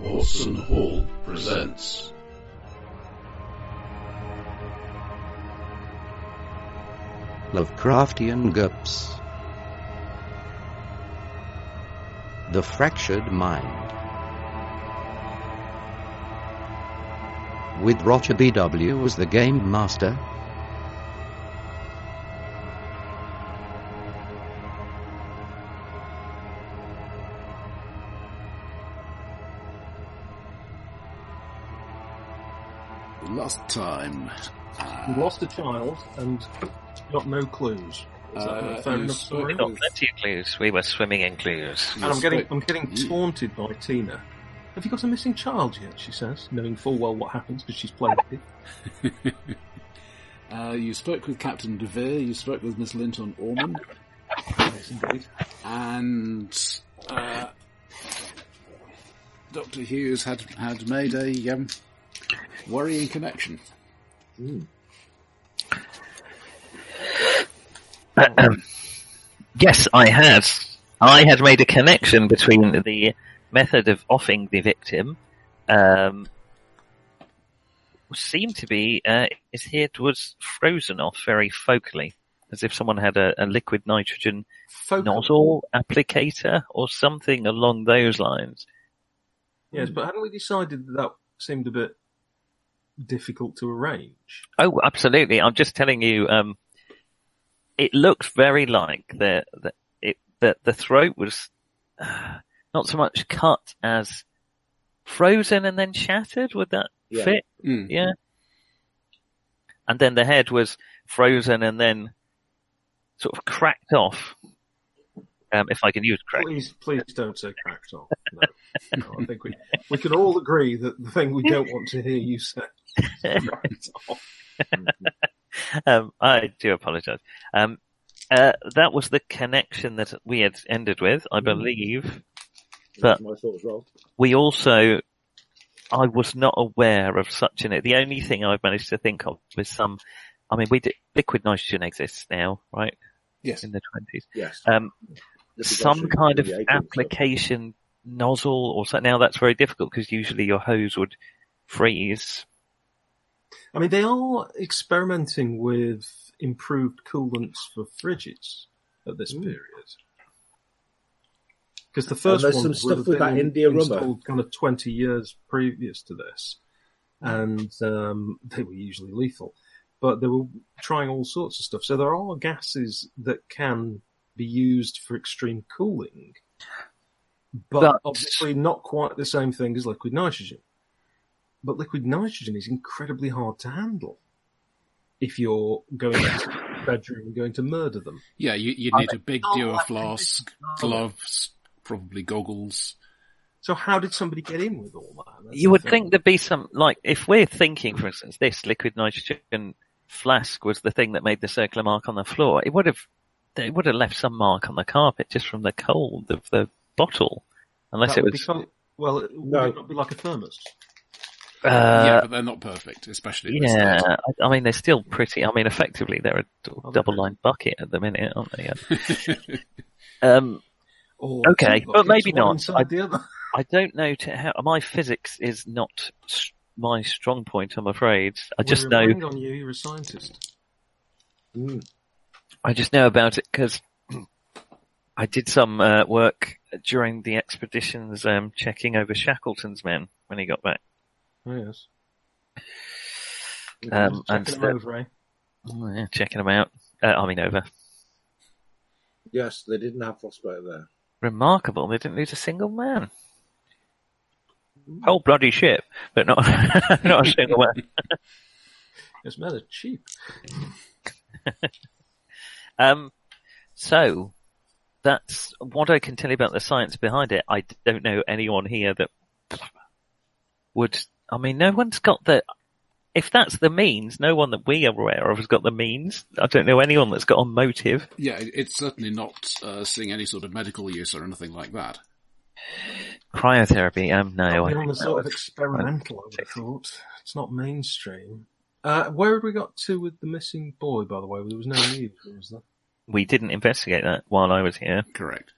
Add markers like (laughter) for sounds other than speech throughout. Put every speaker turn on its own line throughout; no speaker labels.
Watson Hall presents.
Lovecraftian Gups. The Fractured Mind. With Roger B.W. as the Game Master.
Last time,
You lost a child and got no clues. Is that
Uh,
a fair
you
enough
sort
summary?
of-
Got plenty of clues. We were swimming in clues.
And I'm getting, I'm getting
You-
taunted by Tina. Have you got a missing child yet? She says, knowing full well what happens because she's played it.
uh, you spoke with Captain DeVere, you spoke with Miss Linton Ormond,
Yes, indeed.
and uh, Dr. Hughes had, had made a um, worrying connection.
Yes, I had. I had made a connection between the method of offing the victim, um, which seemed to be uh, his head was frozen off very focally, as if someone had a, a liquid nitrogen
Focal.
nozzle applicator or something along those lines.
Yes, but hadn't we decided that that seemed a bit difficult to arrange?
Oh, absolutely. I'm just telling you, um, it looks very like the, the, it, the, the throat was (sighs) uh, not so much cut as frozen and then shattered. Would that fit?
Mm.
Yeah. And then the head was frozen and then sort of cracked off. Um, if I can use crack.
Please, please don't say cracked on. No. No, I think we we could all agree that the thing we don't want to hear you say. is cracked on.
um, I do apologise. Um, uh, that was the connection that we had ended with,
Mm-hmm.
I believe. But we also, I was not aware of such an. The only thing I've managed to think of is some. I mean, we did, liquid nitrogen exists now, right?
Yes.
In the twenties.
Yes.
Um,
The
some
production
kind of
the 80s, so-
application nozzle or something. Now that's very difficult because usually your hose would freeze.
I mean, they are experimenting with improved coolants for fridges at this period. Because the first
there's
one
some
would
stuff
have
with that
been
India rubber.
installed kind of 20 years previous to this, and um, they were usually lethal. But they were trying all sorts of stuff. So there are gases that can be used for extreme cooling, but,
But-
obviously not quite the same thing as liquid nitrogen. But liquid nitrogen is incredibly hard to handle if you're going into the bedroom and going to murder them.
Yeah, you, you'd need a big deer flask, gloves, probably goggles.
So how did somebody get in with all that? That's
you
the
would
thing.
think there'd be some like if we're thinking for instance this liquid nitrogen flask was the thing that made the circular mark on the floor it would have it would have left some mark on the carpet just from the cold of the bottle unless
That
it
would
was
become- well, it would
No.
it not be like a thermos.
yeah,
uh,
but they're not perfect, especially. this.
yeah, I, I mean they're still pretty i mean effectively they're a d-
Oh, they're-
double lined bucket at the minute aren't
(laughs)
they um
Or
Okay,
two
but
buckets,
maybe
one
not.
inside
I-
the other.
I don't know to how my physics is not s- my strong point i'm afraid i just
We're
know
relying on you. You're a scientist. Mm.
I just know about it because I did some uh, work during the expeditions um, checking over Shackleton's men when he got back.
Oh yes.
Um,
Just
and
checking
the-
them over, eh?
Oh, yeah, checking them out. Uh, I mean, over.
Yes, they didn't have frostbite there.
Remarkable. They didn't lose a single man. Whole bloody ship, but not (laughs) not a single man.
It's rather cheap.
Um, so that's what I can tell you about the science behind it. I don't know anyone here that would. I mean, no one's got the. If that's the means, no one that we are aware of has got the means. I don't know anyone that's got a motive.
Yeah, it- it's certainly not uh, seeing any sort of medical use or anything like that.
Cryotherapy? Um, no. I
Beyond the
think
sort of
that was-
experimental, I would have thought. It's not mainstream. Uh, where had we got to with the missing boy, by the way? There was no need, was there?
we didn't investigate that while I was here.
Correct.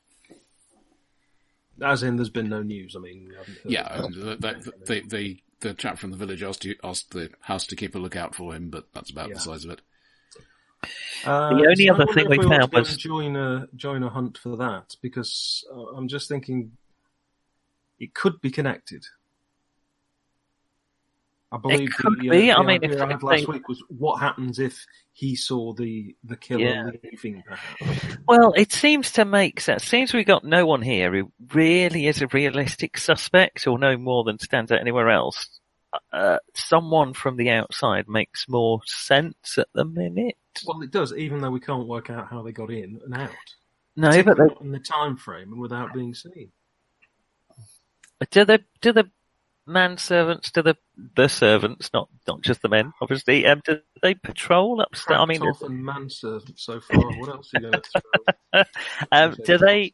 As in, there's been no news. I mean, I haven't heard
Yeah,
of
I mean, the, the, the, the, the chap from the village asked, you, asked the house to keep a lookout for him, but that's about
Yeah.
the size of it.
Uh,
The only
so I
other
wonder
thing
if
we
ought to
found
go
was-
and join a join a hunt for that because uh, I'm just thinking it could be connected. I believe
could
the, uh,
be.
the
I mean,
idea
if-
I had
if
last
they-
week was what happens if he saw the the killer
Yeah.
leaving. Perhaps.
Well, it seems to make sense. Seems we got no one here who really is a realistic suspect or no more than stands out anywhere else. Uh, someone from the outside makes more sense at the minute.
Well, it does, even though we can't work out how they got in and out.
No, but they,
Not in the time frame and without being seen.
do the do the manservants, do the the servants, not not just the men, obviously. Um, do they patrol upstairs? I mean,
Cracked off and manservant so far. What else are you going to throw?
um, do they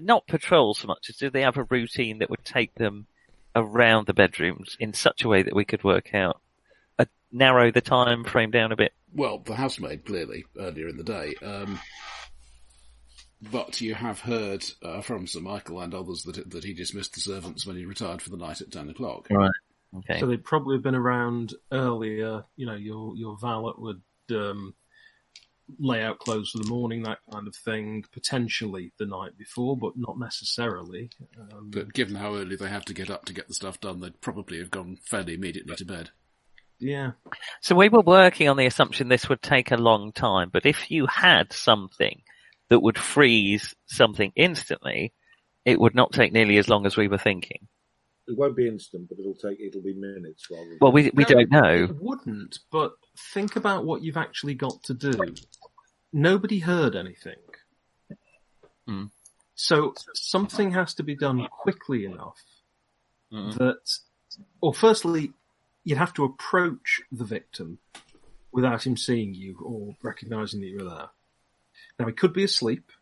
not patrol so much as do they have a routine that would take them around the bedrooms in such a way that we could work out uh, narrow the time frame down a bit?
Well, the housemaid, clearly, earlier in the day. Um, but you have heard uh, from Sir Michael and others that, that he dismissed the servants when he retired for the night at 10 o'clock.
Right. (laughs) Okay.
So they'd probably have been around earlier. You know, your your valet would um, lay out clothes for the morning, that kind of thing. Potentially the night before, but not necessarily. Um,
But given how early they have to get up to get the stuff done, they'd probably have gone fairly immediately to bed.
yeah,
So we were working on the assumption this would take a long time, but if you had something that would freeze something instantly, it would not take nearly as long as we were thinking.
It won't be instant, but it'll take it'll be minutes rather. Than
Well, we we
No,
don't know.
it wouldn't. But think about what you've actually got to do. Nobody heard anything.
Hmm.
So something has to be done quickly enough
Mm.
that, or firstly, you'd have to approach the victim without him seeing you or recognizing that you were there. Now, he could be asleep,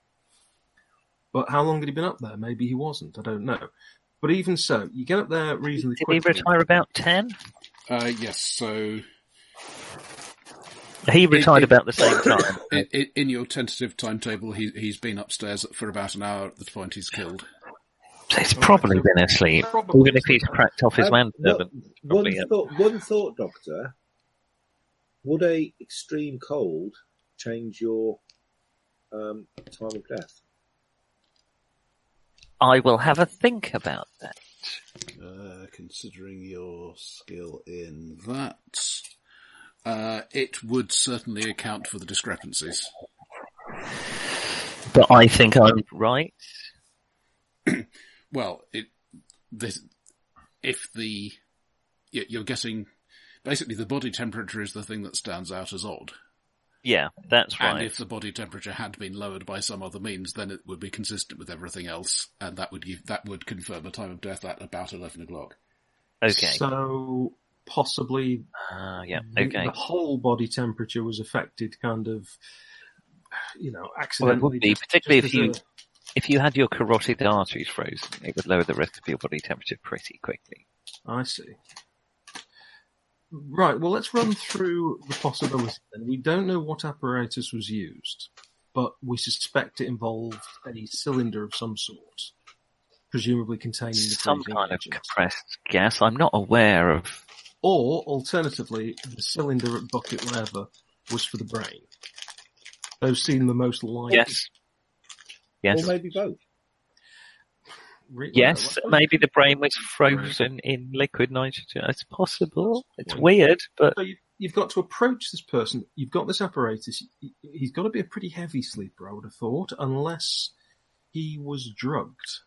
but how long had he been up there? Maybe he wasn't. I don't know. But even so, you get up there reasonably
Did he
quickly.
retire about ten?
Uh, yes, so
He retired
it-
about the same time.
in, in, in your tentative timetable, he, he's been upstairs for about an hour at the point he's killed.
So he's probably been asleep, even if he's cracked off his
Um,
manservant.
one,
probably, um,
thought, one thought, Doctor. Would a extreme cold change your um, time of death?
I will have a think about that.
Uh, considering your skill in that, uh, it would certainly account for the discrepancies.
But I think I'm right.
Well, it this, if the you- you're getting basically the body temperature is the thing that stands out as odd,
Yeah, that's
and
right.
if the body temperature had been lowered by some other means, then it would be consistent with everything else, and that would give that would confirm a time of death at about eleven o'clock.
Okay.
So possibly
Ah, yeah.
the-
Okay.
the whole body temperature was affected, kind of, you know,
Well,
accidentally.
it would be
just-
particularly
just
if you
as a-
if you had your carotid arteries frozen, it would lower the rest of your body temperature pretty quickly.
I see. Right, well, let's run through the possibilities. Then. We don't know what apparatus was used, but we suspect it involved a cylinder of some sort, presumably containing the
Some
freezing
kind of
agent.
compressed gas. I'm not aware of.
Or, alternatively, the cylinder at bucket whatever was for the brain. Those seem the most likely.
Yes. Yes.
Or maybe both.
Re-
Yes,
well,
maybe the brain was frozen in liquid nitrogen. It's possible. It's
Well-
weird, but
So you, you've got to approach this person. You've got this apparatus. He- He's got to be a pretty heavy sleeper, I would have thought, unless he was drugged. Is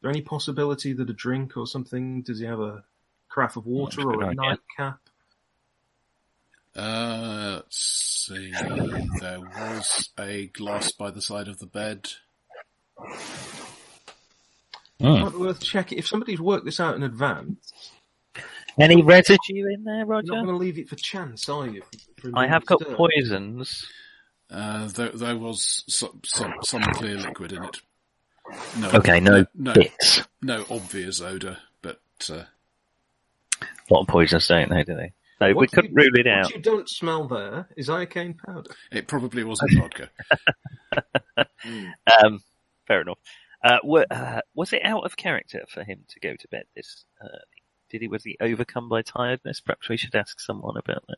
there any possibility that a drink or something? Does he have a carafe of water
That's a
or
good
a
idea.
nightcap?
Uh, let's see, there was a glass by the side of the bed.
Hmm.
Might be worth checking. If somebody's worked this out in advance,
any residue in there, Roger?
you're not going to leave it for chance, are you? For- for
I have got
disturbed.
poisons.
Uh, there, there was some, some, some clear liquid in it. No,
Okay, no,
no,
bits. A
no obvious odor, but uh,
lot of poisons don't they, do they? So we
What
couldn't
you-
rule
what
it out.
you don't smell there is iocane powder.
it probably wasn't vodka.
Um, fair enough. Uh, were, uh, was it out of character for him to go to bed this early? Did he was he overcome by tiredness? Perhaps we should ask someone about that.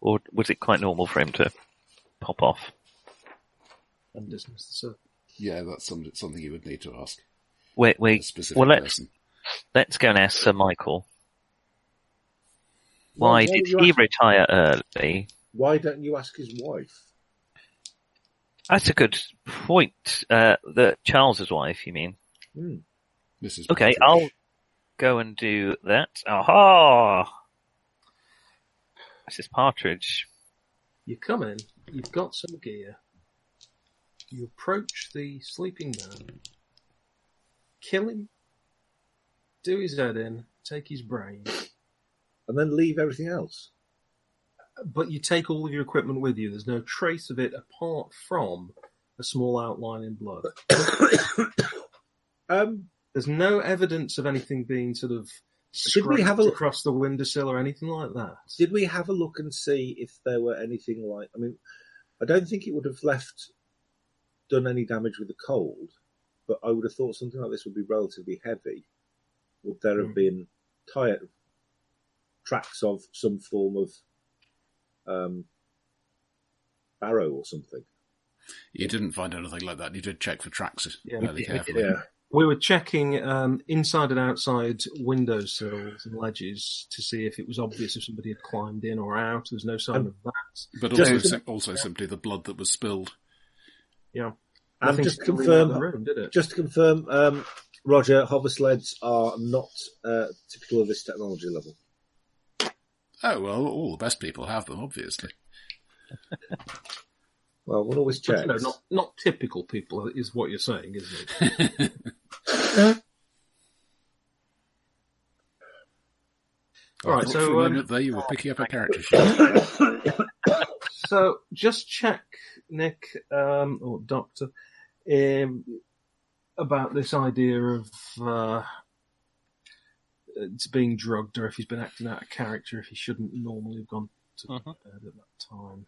Or was it quite normal for him to pop off?
and dismiss the servant.
Yeah, that's some- something you would need to ask
Wait,
a
wait.
specific
Well, let's
person.
let's go and ask Sir Michael. Why
don't
did
you
he
ask-
retire early?
Why don't you ask his wife?
That's a good point. Uh, the Charles's wife, you mean?
Hmm.
Mrs.
Okay,
Partridge.
I'll go and do that. Aha! This is Partridge.
You come in, you've got some gear, you approach the sleeping man, kill him, do his head in, take his brain,
And then leave everything else. (coughs)
but you take all of your equipment with you. There's no trace of it apart from a small outline in blood.
Um,
There's no evidence of anything being sort of
Should we
scraped
have a-
across the windowsill or anything like that.
did we have a look and see if there were anything like? I mean, I don't think it would have left done any damage with the cold, but I would have thought something like this would be relatively heavy. Would there have
Hmm.
been tire tracks of some form of um, barrow or something?
You didn't find anything like that. You did check for tracks
Yeah,
fairly carefully.
Yeah,
We were checking um, inside and outside windowsills and ledges to see if it was obvious if somebody had climbed in or out. There's no sign of that.
But
Just-
also, sim- also simply the blood that was spilled.
Yeah.
And
Nothing
just to
coming out of
confirm-
the room, did it?
Just to confirm, um, Roger, hover sleds are not uh, typical of this technology level.
Oh, well, all the best people have them, obviously.
Well, we'll always
But,
check.
you know, not not typical people is what you're saying, isn't it? (laughs) All right, so,
For a
um,
minute there, you were picking up a character sheet.
so just check Nick um, or Doctor um, about this idea of uh, it's being drugged or if he's been acting out of character if he shouldn't normally have gone to
Mhm.
bed at that time.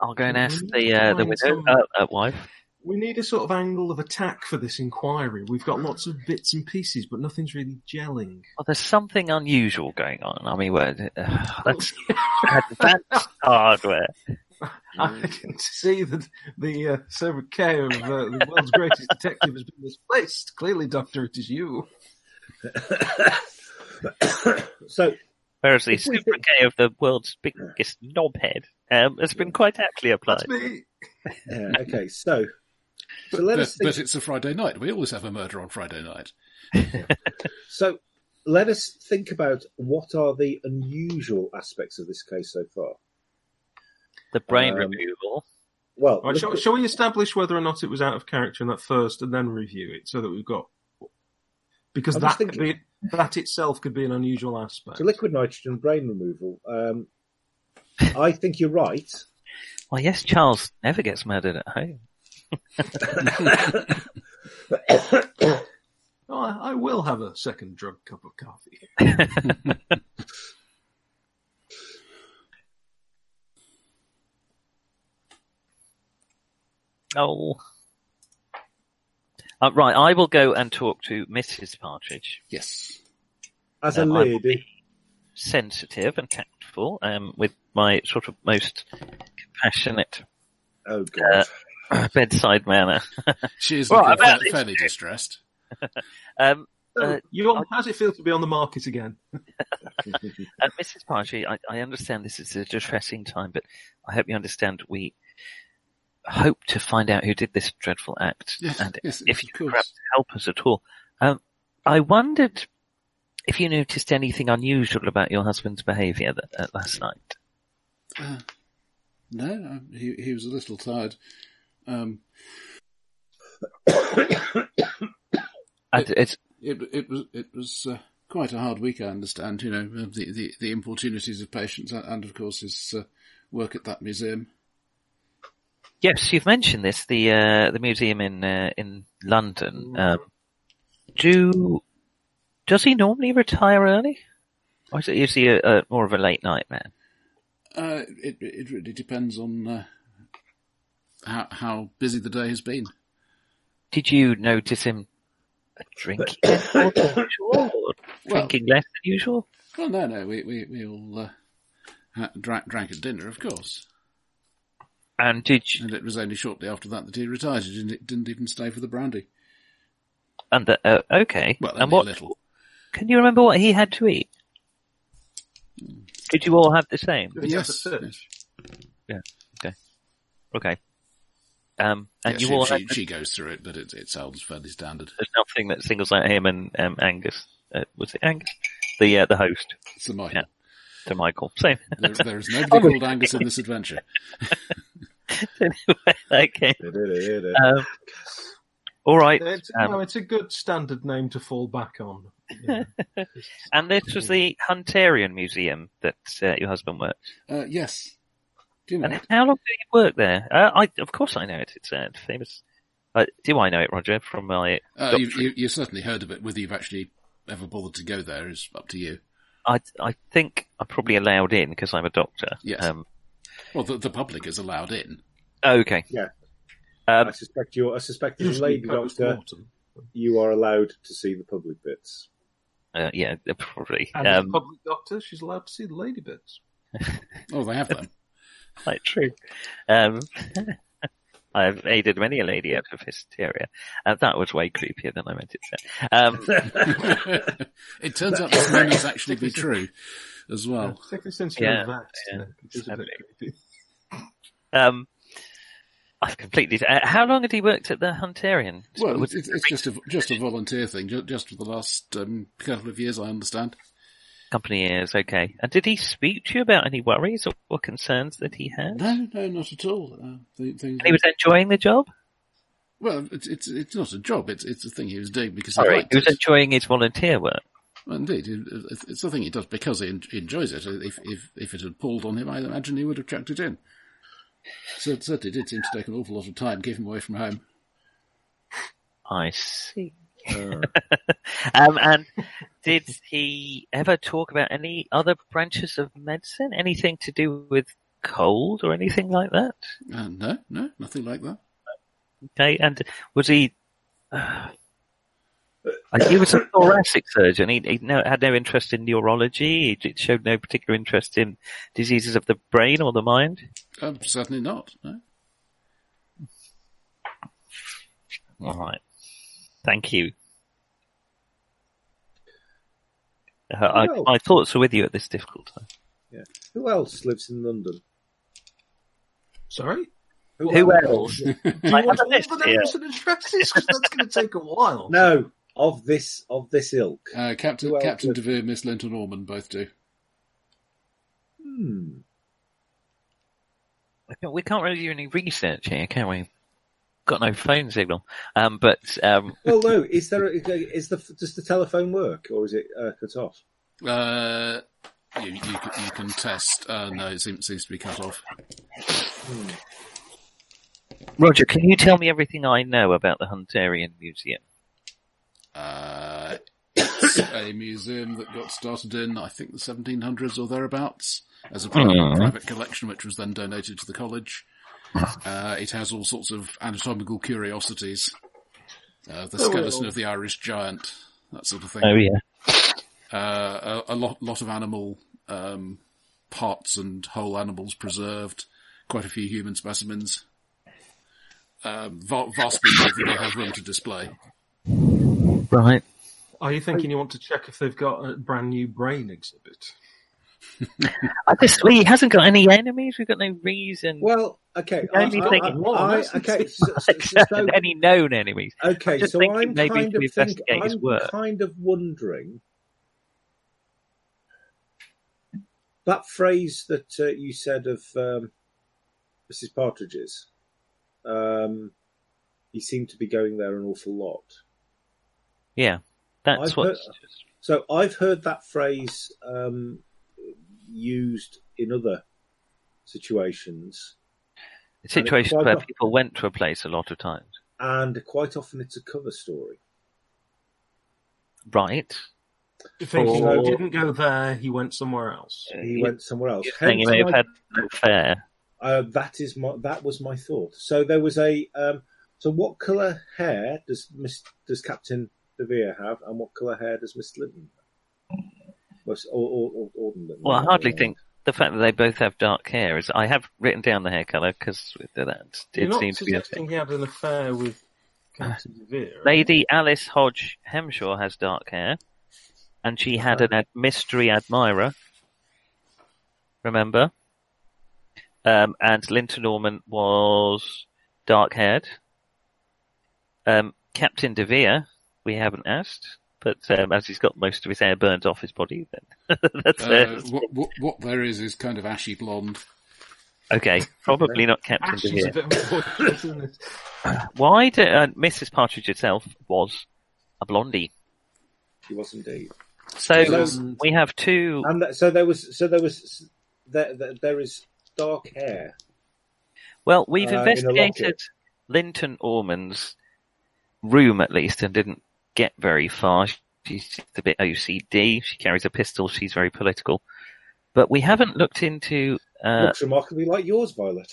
I'll go and ask
Mhm.
the uh, the
Find
widow
some-
uh, uh, wife.
We need a sort of angle of attack for this inquiry. We've got lots of bits and pieces, but nothing's really gelling.
Well, there's something unusual going on. I mean, well, (sighs) uh, that's (laughs) advanced hardware.
I can see that the uh, Sarah K of uh, the world's greatest detective has been misplaced. Clearly, Doctor, it is you.
(coughs)
(coughs)
so,
Whereas the
If we
Super K of the world's biggest knobhead um, has been quite aptly applied.
That's me.
yeah, okay, so, so let
but,
us think,
but it's a Friday night. We always have a murder on Friday night.
so let us think about what are the unusual aspects of this case so far.
The brain
Um,
removal.
Well,
All right,
look
shall,
at-
shall we establish whether or not it was out of character in that first, and then review it so that we've got because
I'm
that
just
could be that itself could be an unusual aspect.
so liquid nitrogen brain removal. Um, I think you're right.
Well, yes, Charles never gets murdered at home.
Oh, I, I will have a second drug cup of coffee.
Oh. Uh, right, I will go and talk to Mrs. Partridge.
Yes.
As
Uh,
a
I will
lady,
Sensitive and tactful, um, with my sort of most compassionate
oh god,
(clears throat) bedside manner.
She is
Well,
looking
about
fa-
this-
fairly distressed.
Um,
Oh,
Uh,
you on, how's it feel to be on the market again?
Uh, Mrs. Partridge, I, I understand this is a distressing time, but I hope you understand we hope to find out who did this dreadful act.
Yes,
and
yes,
if
of
you could
course.
perhaps help us at all. Um, I wondered if you noticed anything unusual about your husband's behaviour that, uh, last night.
No, um, he, he was a little tired. Um, Uh,
And it's,
it, it was it was uh, quite a hard week, I understand. You know uh, the the, the importunities of patients, and, and of course his uh, work at that museum.
yes, you've mentioned this, the, uh, the museum in, uh, in London. Um, do, does he normally retire early? Or is, it, is he a, a, more of a late night man?
Uh, it it really depends on uh, how how busy the day has been.
Did you notice him drinking less than usual or drinking less than usual?
Well, no, no, we we we all uh, ha- drank drank at dinner, of course,
And did you,
and it was only shortly after that that he retired. He didn't didn't even stay for the brandy.
and the, uh, okay.
Well,
and
only
what
a little.
can you remember what he had to eat? Did you all have the same?
Do we have to
Yes,
search?
Okay. Um, and
Yeah,
you all
she,
had
she,
the
she goes through it, but it it sounds fairly standard.
there's nothing that singles out him and um, Angus. Uh, was it Angus? The uh, the host
So Michael,
Yeah. to Michael. So (laughs)
there, there (laughs) is nobody called Angus in this adventure.
okay.
Da-da-da-da.
Um, all right.
It's,
Um,
no, it's a good standard name to fall back on. Yeah.
And this was the Hunterian Museum that uh, your husband worked.
Uh, yes, do you know?
And
it?
how long did he work there? Uh, I of course I know it. It's uh, famous. Uh, do I know it, Roger? From my
Uh,
doctorate?
you've, you, you've certainly heard of it. Whether you've actually ever bothered to go there is up to you.
I I think I'm probably allowed in because I'm a doctor.
Yes.
Um,
Well, the, the public is allowed in.
okay.
Yeah.
Um,
(laughs) I suspect you. I suspect as a
Usually
lady doctor,
post-mortem.
you are allowed to see the public bits.
uh, yeah, probably.
And as a
Um,
public doctor, she's allowed to see the lady bits.
Oh, they have (laughs) them.
quite true.
(laughs)
Um, I've aided many a lady out of hysteria. Uh, that was way creepier than I meant it to. Um,
(laughs) it turns out this may not actually be true as well.
Particularly since you're
Yeah,
a vat.
yeah,
Nick, it is a bit creepy.
um, I've completely. Uh, how long had he worked at the Hunterian?
(laughs) Well,
Was
it's,
it
it's it's just a just a volunteer thing. Just, just for the last um, couple of years, I understand.
company years, okay. And did he speak to you about any worries or, or concerns that he had?
No, no, not at all. Uh, the, things
And he was enjoying the job.
well, it's, it's it's not a job. It's it's a thing he was doing because he
Sorry,
liked
he was
it.
enjoying his volunteer work.
Well, indeed, it- it's it's a thing he does because he en- enjoys it. If if if it had pulled on him, I imagine he would have chucked it in. So it certainly did seem to take an awful lot of time, keep him away from home.
I see. (laughs) um, and did he ever talk about any other branches of medicine? Anything to do with cold or anything like that?
Uh, no, no, nothing like that.
Okay, and was he? Uh, he was a thoracic surgeon. He, he no, had no interest in neurology. He d- showed no particular interest in diseases of the brain or the mind.
Um, certainly not. No.
All right. Thank you. Uh, I,
Well-
my thoughts are with you at this difficult time.
Who else lives in London?
Sorry?
Who else?
Do you
I
want
have a
all
list
the
here.
names and addresses? 'Cause that's going to take a while.
(laughs) No, of this of this ilk.
Uh, Captain
Who else
Captain
would-
Devere, Miss Linton Norman both do.
Hmm.
We can't- We can't really do any research here, can we? Got no phone signal. Um, but um,
Well, no. Is there? A, is the does the telephone work or is it uh, cut off?
Uh, you, you, can- you can test. Uh, no, it seems, seems to be cut off.
Roger, can you tell me everything I know about the Hunterian Museum?
Uh, (coughs) it's a museum that got started in, I think, the 1700s or thereabouts as a private,
Hmm.
private collection, which was then donated to the college. Uh, it has all sorts of anatomical curiosities. Uh, the
Oh,
skeleton
well.
of the Irish giant, that sort of thing.
Oh yeah.
uh, a, a lot, lot of animal um, parts and whole animals preserved, quite a few human specimens. Um, va- vastly more than they have room to display.
Right.
Are you thinking you want to check if they've got a brand new brain exhibit?
I just, he hasn't got any enemies. We've got no reason. (laughs)
Well, okay.
The only
I- I-
thing-
I-
Well,
I-
that's-
(laughs)
okay. So, so, so-
any known enemies.
okay.
just
so
thinking
I'm
maybe
kind
to
of thinking.
investigate his
I'm
work.
kind of wondering that phrase that uh, you said of um, Mrs. Partridge's. Um, you seem to be going there an awful lot.
Yeah. That's
I've
what.
So I've heard that phrase um, used in other situations,
Situations
quite
where
a-
people went to a place a lot of times.
and quite often it's a cover story.
Right.
Thinking "Oh,
Or-
he didn't go there, he went somewhere else.
He went somewhere else.
You're saying he
Hence
may have
my-
had no fair.
uh, that is my that was my thought. So there was a um, So, what colour hair does Miss, does Captain Devere have, and what colour hair does Miss Linton have? Well, it's- Or, or, or, or Uh, Linton,
Well, I
rather
hardly
than-
think the fact that they both have dark hair is. I have written down the hair color because that
You're
it
not
seems to be a
suggesting
thing. Uh,
he had an affair with Captain Devere. are you?
Lady Alice Hodge Hemshaw has dark hair, and she had an ad- mystery admirer. Remember, um, and Linda Norman was dark-haired. Um, Captain Devere, we haven't asked, but um, as he's got most of his hair burned off his body, then (laughs) that's
Uh,
it.
what, what, what there is is kind of ashy blonde.
Okay, probably not Captain
Uh, Ash is a
Devere.
bit more isn't it?
Why do, uh, Mrs. Partridge herself was a blondie?
She was indeed.
So
So-
we have two.
And that, so there was, so there was, there, there, there is dark hair.
Well, we've
uh, in a
investigated
locket.
Linton Ormond's room at least and didn't get very far. She's just a bit OCD. She carries a pistol. She's very political. But we haven't looked into. Uh,
Looks remarkably like yours, Violet.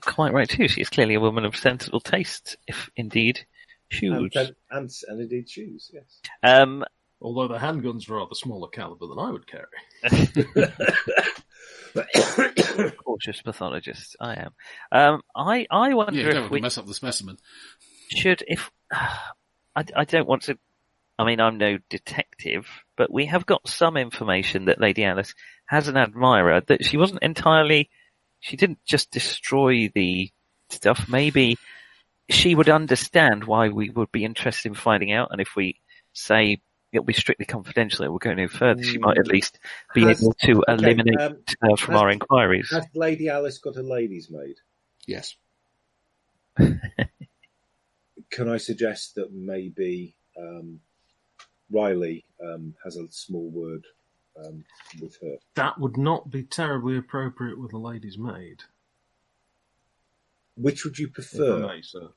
quite right too. She is clearly a woman of sensible taste, if indeed she
And,
was.
and, and, and indeed shoes, yes.
Um,
Although the handgun's rather smaller caliber than I would carry.
cautious pathologist, I am. Um, I I wonder
Yeah, you don't
if
want
we
to mess up the specimen.
should if (sighs) I, I don't want to i mean i'm no detective but we have got some information that lady alice has an admirer that she wasn't entirely she didn't just destroy the stuff maybe she would understand why we would be interested in finding out and if we say it'll be strictly confidential it will go no further she might at least be
Has-
able to
okay,
eliminate
um,
her from
has-
our inquiries
(coughs) Has Lady Alice got a lady's maid?
Yes.
Can I suggest that maybe um, Riley um, has a small word um, with her?
That would not be terribly appropriate with a lady's maid.
Which would you
if I
prefer?
may, sir.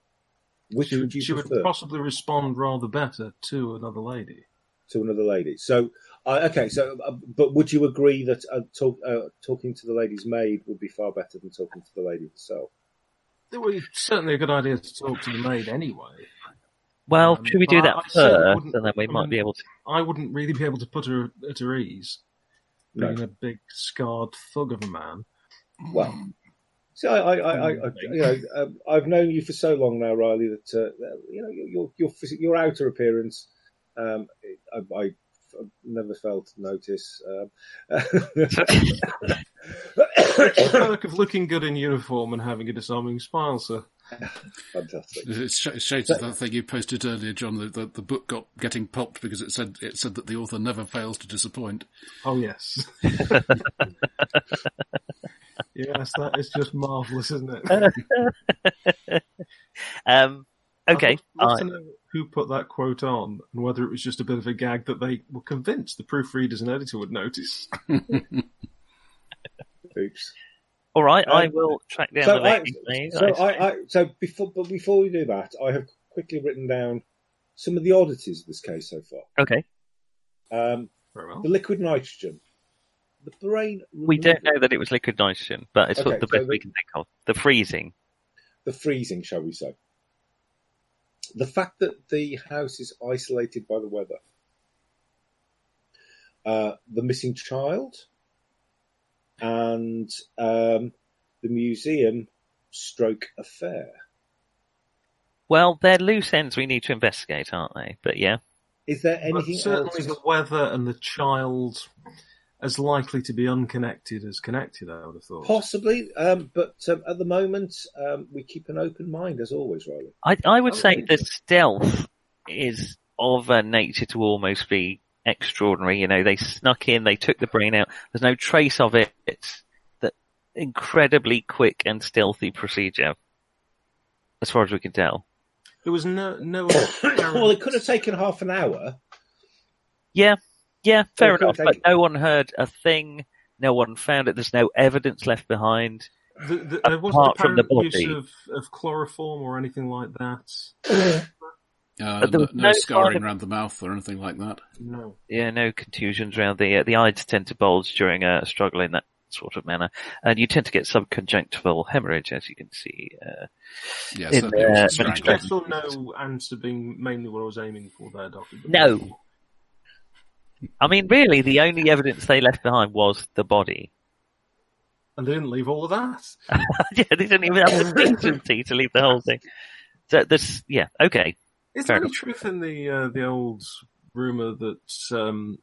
Which
She,
would
would,
you
she would
prefer
possibly respond rather better to another lady.
to another lady? So, I okay. So, uh, but would you agree that uh, talk, uh, talking to the lady's maid would be far better than talking to the lady herself?
It was certainly a good idea to talk to the maid anyway.
well
um,
should we
but
do
I-
that
I certainly
first
wouldn't-
and then we
I
might
mean,
be able to
I wouldn't really be able to put her at her ease,
No.
being a big scarred thug of a man. (coughs)
Well, see, I, I, I, I, I you know, um, I've known you for so long now, Riley, that uh, you know your your your, phys- your outer appearance, um, I, I I've never failed to notice.
The
Um,
perk of looking good in uniform and having a disarming smile, sir.
(laughs) fantastic.
It's sh- it's shades of that thing you posted earlier, John. The, the, the book got getting pulped because it said it said that the author never fails to disappoint.
Oh yes. yes, that is just marvellous, isn't it?
um okay
I'd love
I-
to know who put that quote on and whether it was just a bit of a gag that they were convinced the proofreaders and editor would notice. (laughs)
Oops.
All right, I
Um,
will track down
So
the
I,
lady. please.
so
I-
I, I, so before, but before we do that, I have quickly written down some of the oddities of this case so far.
okay,
Um,
Very well.
the liquid nitrogen, the brain.
we don't
removal.
know that it was liquid nitrogen, but it's
Mm-hmm. Okay,
the
so
best we
the-
can think of. The freezing.
the freezing, shall we say. The fact that the house is isolated by the weather. Uh, the missing child. And um, the museum stroke affair.
Well, they're loose ends we need to investigate, aren't they? But yeah,
Is there
But
anything
certainly
else?
the weather and the child as likely to be unconnected as connected, I would have thought.
Possibly, um, but um, at the moment um, we keep an open mind as
(coughs)
always, Riley.
I, I would
Oh,
say
okay.
the stealth is of a nature to almost be extraordinary. You know, they snuck in, they took the brain out. There's no trace of it. It's that incredibly quick and stealthy procedure, as far as we can tell.
There was no
(coughs)
no
well, it could have taken half an hour. (coughs)
Yeah, yeah, fair
Okay,
enough.
thank
But
you.
no one heard a thing. No one found it. There's no evidence left behind.
the, the, there wasn't
Apart from the
apparent use
body.
of, of chloroform or anything like that.
Uh,
But there
no,
was
no
no
scarring
sign of-
around the mouth or anything like that.
No.
Yeah, no contusions around the uh, the eyes tend to bulge during a struggle in that sort of manner. And you tend to get subconjunctival hemorrhage, as you can see. Uh,
Yeah,
In,
certainly.
uh,
Strangled.
Yes or no answer being mainly what I was aiming for there, Doctor.
No. I mean, really, the only evidence they left behind was the body. (laughs)
And they didn't leave all of that.
yeah, they didn't even have the decency to leave the whole thing. So this, yeah, okay.
Is there
Fair
any
enough.
truth in the uh, the old rumor that um,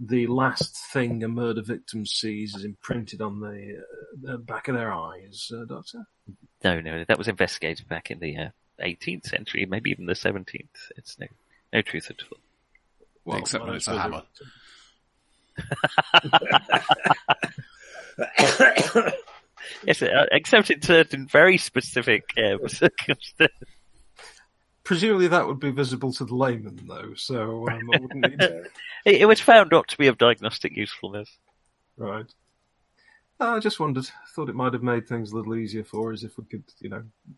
the last thing a murder victim sees is imprinted on the, uh, the back of their eyes, uh, Doctor?
No, no, that was investigated back in the uh, 18th century, maybe even the 17th. It's no, no truth at all.
Except when
I
it's a
suppose
hammer.
it-
Yes, uh, except in certain very specific um, (laughs) circumstances.
Presumably that would be visible to the layman, though, so um, I wouldn't (laughs) need to.
It, it was found not to be of diagnostic usefulness.
Right. Uh, I just wondered. Thought it might have made things a little easier for us if we could, you know,
They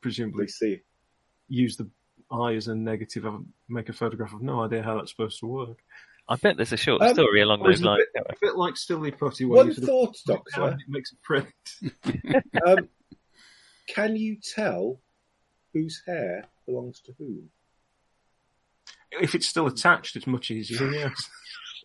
presumably
see.
use the eye as a negative. I make a photograph of no idea how that's supposed to work.
I bet there's a short
Um,
story along
or
those
is it
lines.
A bit like Stilly Putty. When
One
you sort of
thought,
put it down
Doctor.
and It makes a print.
um, can you tell whose hair belongs to whom?
(laughs) If it's still attached, it's much easier. Yes.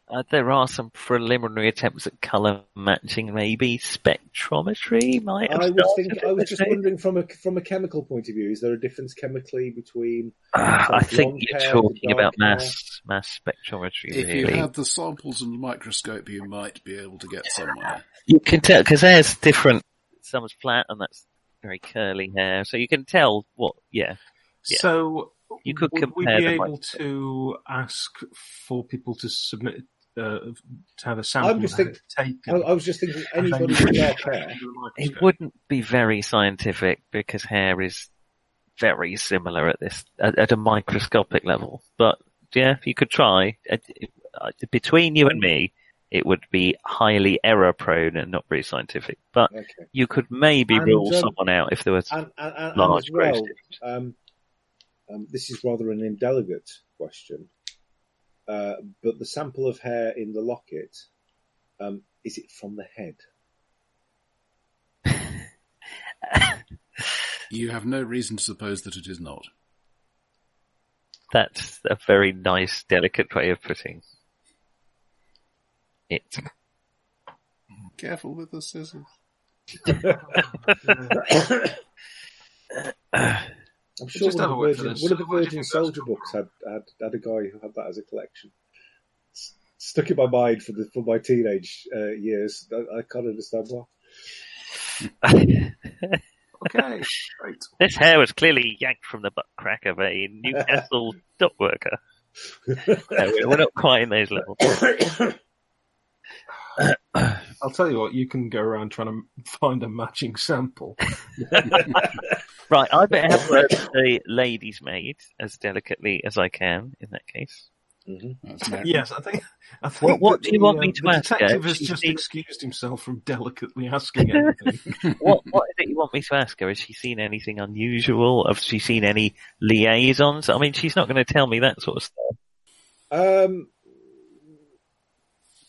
Uh, there are some preliminary attempts at colour matching, maybe spectrometry might have
I was
started
thinking. I was
at
just
this (sighs) stage.
wondering from a from a chemical point of view, is there a difference chemically between?
Ah, I
Like
think
long
you're
hair to
talking
dark
about
hair.
mass mass spectrometry.
If
really,
you
you,
had the samples and the microscope, you might be able to get somewhere.
can tell because hair's different. Some's flat, and that's very curly hair, so you can tell what. Yeah, Yeah.
So
You could
would we
compare
be
them
able
like-
to ask for people to submit uh, to have a sample?
I'm just
and have
think-
it taken?
I, I was just thinking
and then
anybody
you (laughs)
with dark
put it
hair.
under the
it
microscope?
wouldn't be very scientific because hair is very similar at this at, at a microscopic level. But yeah, you could try. Uh, uh, Between you and me, it would be highly error prone and not very scientific. But
Okay.
you could maybe
And,
rule
um,
someone out if there was
And, and, and, and
large
as well,
gross difference.
um, um, this is rather an indelicate question, uh, but the sample of hair in the locket, um, is it from the head?
You have no reason to suppose that it is not.
That's a very nice, delicate way of putting it.
Careful with the scissors.
I'm sure
Just have
one of, the
a word for
Virgin,
this.
one of the
Where do you
Virgin
think that's
Soldier
come
books had, had had a guy who had that as a collection. S- stuck in my mind for the for my teenage uh, years. I, I can't understand why.
(laughs) Okay, great.
This hair was clearly yanked from the butt crack of a Newcastle
(laughs)
dock worker. No, we're- we're not quite in those levels.
I'll tell you what. You can go around trying to find a matching sample.
Right, I better have
(laughs)
word with the lady's maid as delicately as I can in
(laughs)
that case. (laughs)
That's Mary.
Yes, I think. I think
What- what
that
do you
the, uh,
want me to
the
ask her?
detective has
She
just
seems-
excused himself from delicately
(laughs)
asking anything.
What what is it you want me to ask her? Has she seen anything unusual? Has she seen any liaisons? I mean, she's not going to tell me that sort of stuff.
(coughs) Um,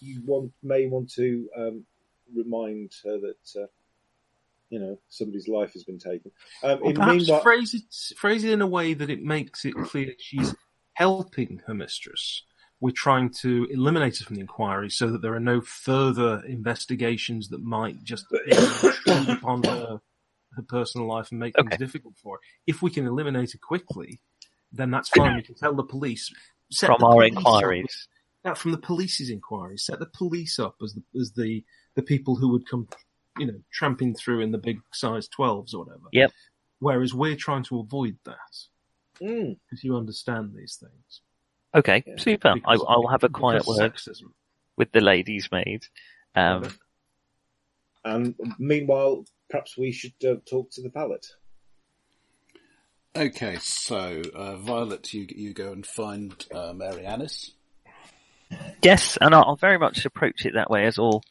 you want, may want to um, remind her that uh, you know somebody's life has been taken. Um,
Or
in
perhaps
meanwhile,
phrase it phrase it in a way that it makes it clear she's helping her mistress. We're trying to eliminate her from the inquiry so that there are no further investigations that might just intrude upon her her personal life and make
Okay.
things difficult for her. If we can eliminate her quickly, then that's fine. We can tell the police set
from
the
our
police up with-
inquiries.
now, from the police's inquiries, set the police up as the as the the people who would come, you know, tramping through in the big size twelves or whatever.
Yep.
Whereas we're trying to avoid that
Mm,
because you understand these things.
Okay,
Yeah,
super. I,
Because-
I'll have a quiet
because
word
Sexism.
with the lady's maid. Um,
and meanwhile, perhaps we should uh, talk to the pallet.
Okay, so uh, Violet, you you go and find uh, Mary Annis.
yes, and I'll, I'll very much approach it that way as all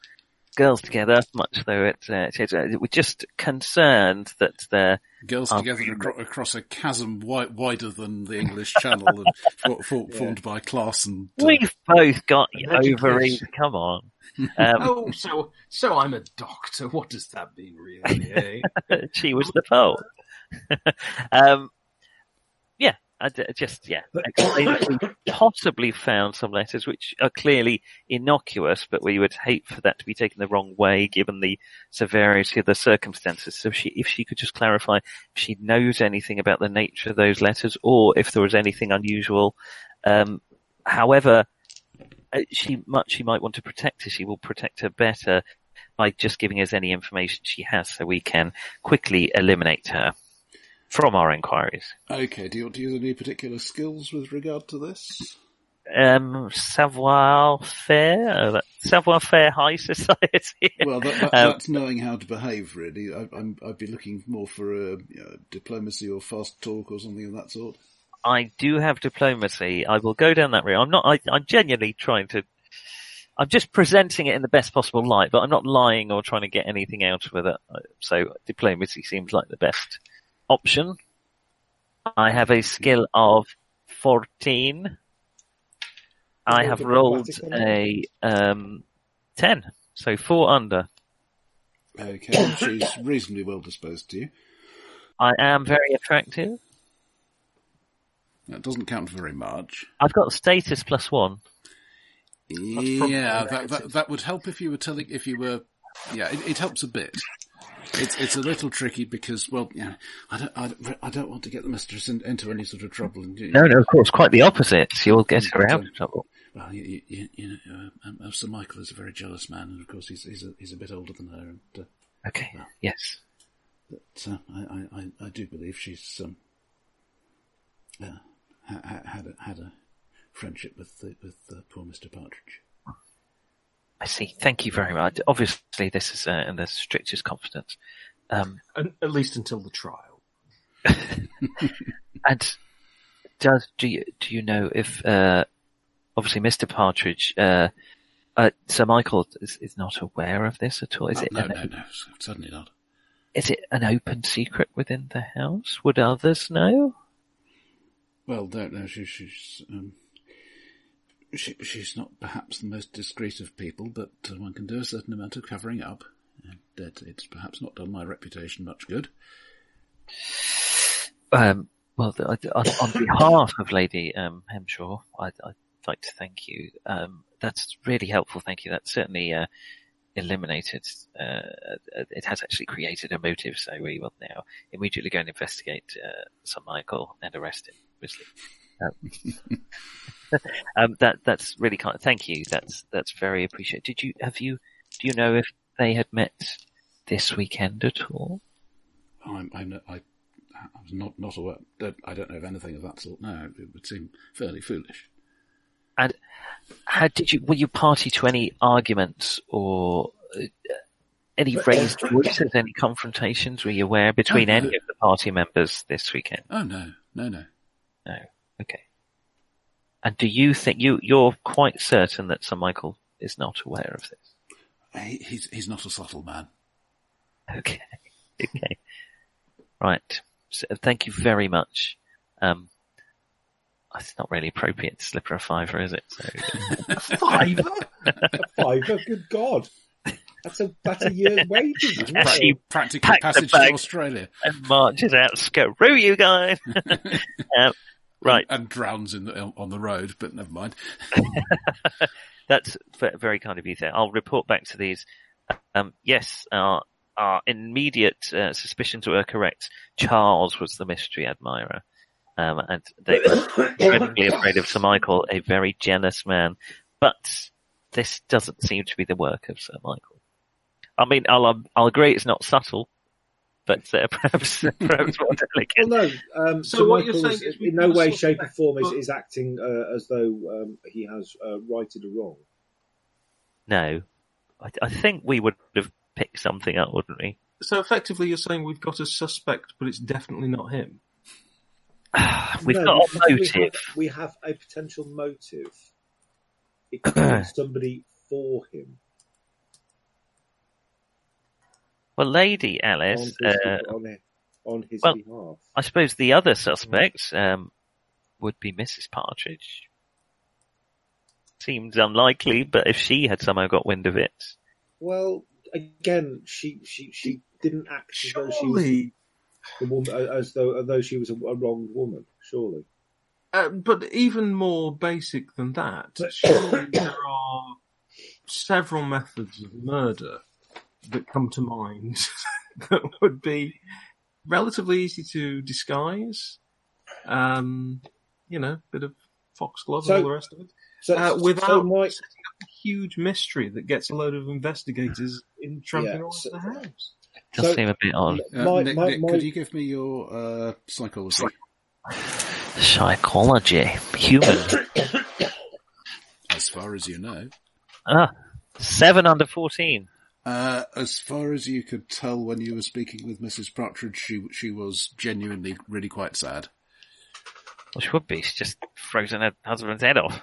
girls together, much though it, uh, it- it- we're just concerned that they're
Girls
Oh,
together
yeah.
acro- across a chasm wi- wider than the English Channel, and for- for- formed by class and uh,
We've both got
Education.
ovaries. Come
(laughs)
on. Um,
Oh, so so I'm a doctor. What does that mean, really?
(laughs)
eh?
she was the pole. (laughs) um, yeah, I d- just yeah. Explain that we possibly found some letters which are clearly innocuous, but we would hate for that to be taken the wrong way given the severity of the circumstances. So she, if she could just clarify if she knows anything about the nature of those letters or if there was anything unusual. Um, however, uh, she might, she might want to protect her. She will protect her better by just giving us any information she has so we can quickly eliminate her from our inquiries.
Okay, do you want to use any particular skills with regard to this?
Um, savoir faire, savoir faire high (laughs) society.
Well, that, that,
Um,
that's knowing how to behave, really. I, I'm, I'd be looking more for a, you know, diplomacy or fast talk or something of that sort.
I do have diplomacy. I will go down that route. I'm not, I, I'm genuinely trying to, I'm just presenting it in the best possible light, but I'm not lying or trying to get anything out of it. Uh, So diplomacy seems like the best option. I have a skill of 14. I
You're
have
diplomatic,
rolled
aren't you?
a, um, 10. So four under.
Okay, (coughs) she's reasonably well disposed to you.
I am very attractive.
That doesn't count for very much.
I've got status plus one.
Yeah, that, that that would help if you were telling if you were. Yeah, it, it helps a bit. It's it's a little tricky because well, yeah, I don't I, don't- I don't want to get the mistress in, into any sort of trouble. And, you know,
No, no, of course, quite the opposite. You'll get her out of trouble.
Well, you, you, you know, uh, um, Sir Michael is a very jealous man, and of course he's he's a, he's a bit older than her. And, uh,
Okay, yes.
but uh, I, I- I I do believe she's um, uh, ha- ha- had a, had a friendship with the, with uh, poor Mister Partridge.
I see. Thank you very much. Obviously, this is uh, in the strictest confidence. Um,
At- At least until the trial.
and does do you do you know if uh, obviously Mr. Partridge, uh, uh, Sir Michael is, is not aware of this at all? Is
Oh,
it
no,
an,
no, no, c- certainly not.
is it an open secret within the house? Would others know?
Well, no, no, she, she's um, she, she's not perhaps the most discreet of people, but uh, one can do a certain amount of covering up. And that it's perhaps not done my reputation much good.
Um, well, th- I- on, on behalf of Lady um, Hemshaw, I'd, I'd like to thank you. Um, that's really helpful. Thank you. That certainly uh, eliminated. Uh, it has actually created a motive, so we will now immediately go and investigate uh, Sir Michael and arrest him. Obviously. Um, um, (laughs) that that's really kind. Thank you. That's that's very appreciated. Did you have you do you know if they had met this weekend at all?
I'm, I'm not- I, I was not not aware. Don't, I don't know of anything of that sort. No, it would seem fairly foolish.
And how did you? Were you party to any arguments or uh, any raised voices, any confrontations? Were you aware between any of the party members this weekend?
Oh no, no, no.
No. Okay. And do you think you you're quite certain that Sir Michael is not aware of this? (laughs)
He, he's he's not a subtle man.
Okay. Okay. Right. So, thank you very much. Um, it's not really appropriate to slip her a fiver, is it? So,
Fiver? a (laughs) fiver? Good God. That's a, that's a
(laughs)
year's wages. isn't it?
Actually,
Practically
packed the
passage to
bag.
Australia
and marches out. Screw you guys. (laughs) um, right.
and drowns in the, on the road. But never mind.
That's ve- very kind of you there. I'll report back to these. Um, yes, our, our immediate uh, suspicions were correct. Charles was the mystery admirer. Um, and they were incredibly afraid of Sir Michael, a very jealous man. But this doesn't seem to be the work of Sir Michael. I mean, I'll, um, I'll agree it's not subtle, but uh, (laughs) perhaps, perhaps more
Well,
delicate.
no. Um,
So
Sir
what you're
Michael
saying
is,
is we
in no
can
way,
sort
shape,
that,
or form is,
but-
is acting uh, as though um, he has uh, righted a wrong.
No. I, I think we would have picked something up, wouldn't we? (sighs)
So effectively, you're saying we've got a suspect, but it's definitely not him.
We've
No,
got a
we
motive.
have, we have a potential
(clears throat)
motive. It could be somebody for him.
Well, Lady
on
Alice,
his,
uh,
on, on his
well,
behalf.
I suppose the other
Mm-hmm.
suspect um, would be Mrs. Partridge. Seems unlikely, but if she had somehow got wind of it,
Well, again, she she she didn't act as though she was
Surely,
the woman as though as though she was a, a wronged woman. Surely,
uh, but even more basic than
(coughs)
that, surely there are several methods of murder that come to mind (laughs) that would be relatively easy to disguise. Um, you know, bit of foxglove
So-
and all the rest of it.
so
Uh,
so
without
my-
setting up a huge mystery that gets a load of investigators in tramping
Yeah,
all over
so-
the house.
does
So-
seem a bit odd.
Uh,
my-
Nick,
my-
Nick
my-
could you give me your uh, psychology?
Psychology,
(coughs)
human.
As far as you know.
ah, seven under fourteen.
Uh, as far as you could tell when you were speaking with Mrs. Partridge, she she was genuinely really quite sad.
Which would be she's just frozen her husband's head off.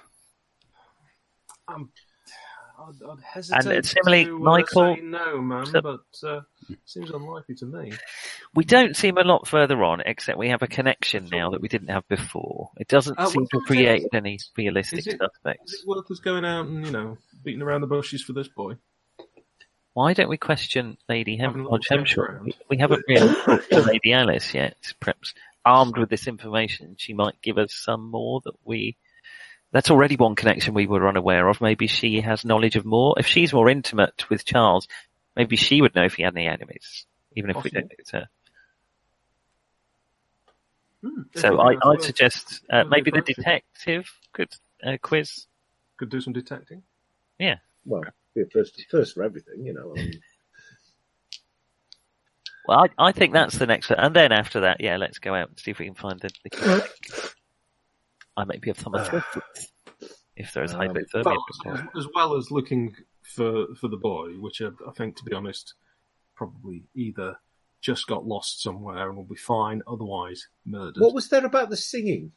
Um, I'd, I'd hesitate
And similarly,
to uh,
Michael-
say no, man,
So-
but uh, seems unlikely to me.
We don't seem a lot further on, except we have a connection now that we didn't have before. It doesn't
Uh,
seem
well,
to
is it-
create any realistic
is it- Is
suspects.
it worth us going out and, you know, beating around the bushes for this boy?
Why don't we question Lady
Having a
Hem-
little
Lodge
sniff
Hemshaw?
around?
We haven't really talked to Lady Alice yet. Perhaps armed with this information, she might give us some more that we. That's already one connection we were unaware of. Maybe she has knowledge of more. If she's more intimate with Charles, maybe she would know if he had any enemies, even if we
Possible.
don't know it's her.
Hmm,
So
definitely
I,
worth-
I'd
worth-
suggest uh,
That'd be
maybe the
appropriate.
detective could uh, quiz.
Could do some detecting.
well, be a first first for everything, you know. um, I mean,
Well, I, I think that's the next, and then after that, yeah, let's go out and see if we can find the. the I might be of
Ah.
some assistance if there is
Um,
hypothermia.
Well, as,
before.
as well as looking for, for the boy, which I, I think, to be honest, probably either just got lost somewhere and will be fine, otherwise murdered.
what was there about the singing?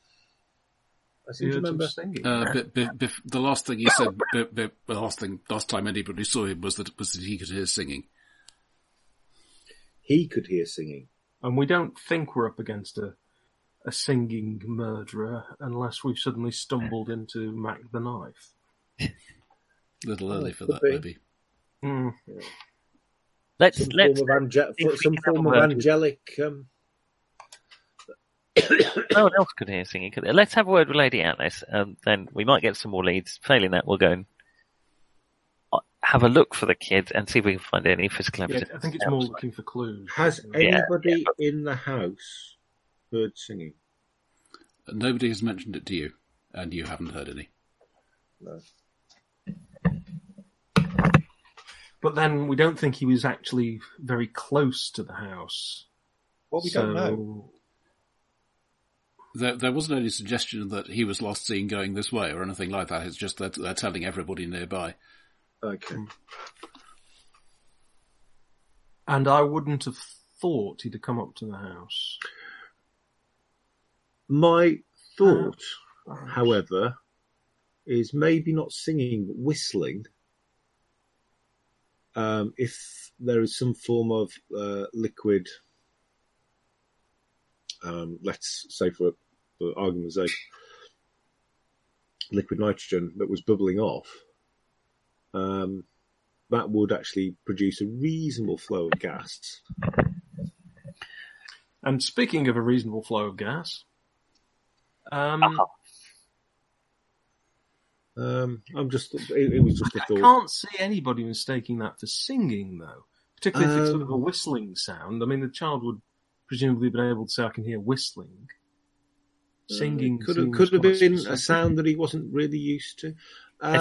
I seem
You
to
heard some
remember.
singing.
Uh, b- b- b- the last thing he said, b- b- the last thing, last time anybody saw him was that was that he could hear singing.
He could hear singing.
And we don't think we're up against a a singing murderer unless we've suddenly stumbled into Mac the Knife.
A little early for
could
that,
be.
maybe.
Hmm.
Let's
Some
let's
form of, ange-
if we
some
can have
form
a
of
word with-
angelic. Um,
no one else could hear singing. could they? Let's have a word with Lady Alice, and then we might get some more leads. Failing that, we'll go and uh, have a look for the kid and see if we can find any physical
Yeah,
evidence.
I think it's more looking for clues.
has
Yeah, yeah,
anybody in the house heard singing?
Nobody has mentioned it to you, and you haven't heard any.
No.
But then we don't think he was actually very close to the house.
Well, we
So-
don't know.
There, there wasn't any suggestion that he was last seen going this way or anything like that. It's just that they're telling everybody nearby.
Okay.
And I wouldn't have thought he'd have come up to the house.
My thought,
Oh,
however, is maybe not singing, but whistling. Um, if there is some form of uh, liquid, um, let's say for, for argument's sake, liquid nitrogen that was bubbling off, um, that would actually produce a reasonable flow of gas.
And speaking of a reasonable flow of gas, um,
Uh-huh.
Um, I'm just, it, it was just a
I
thought.
can't see anybody mistaking that for singing, though. Particularly if it's sort of a
Um,
whistling sound. I mean, the child would presumably be able to say, "I can hear whistling." Singing
Uh, could have
seems
could have
quite
been a
specific.
sound that he wasn't really used to.
If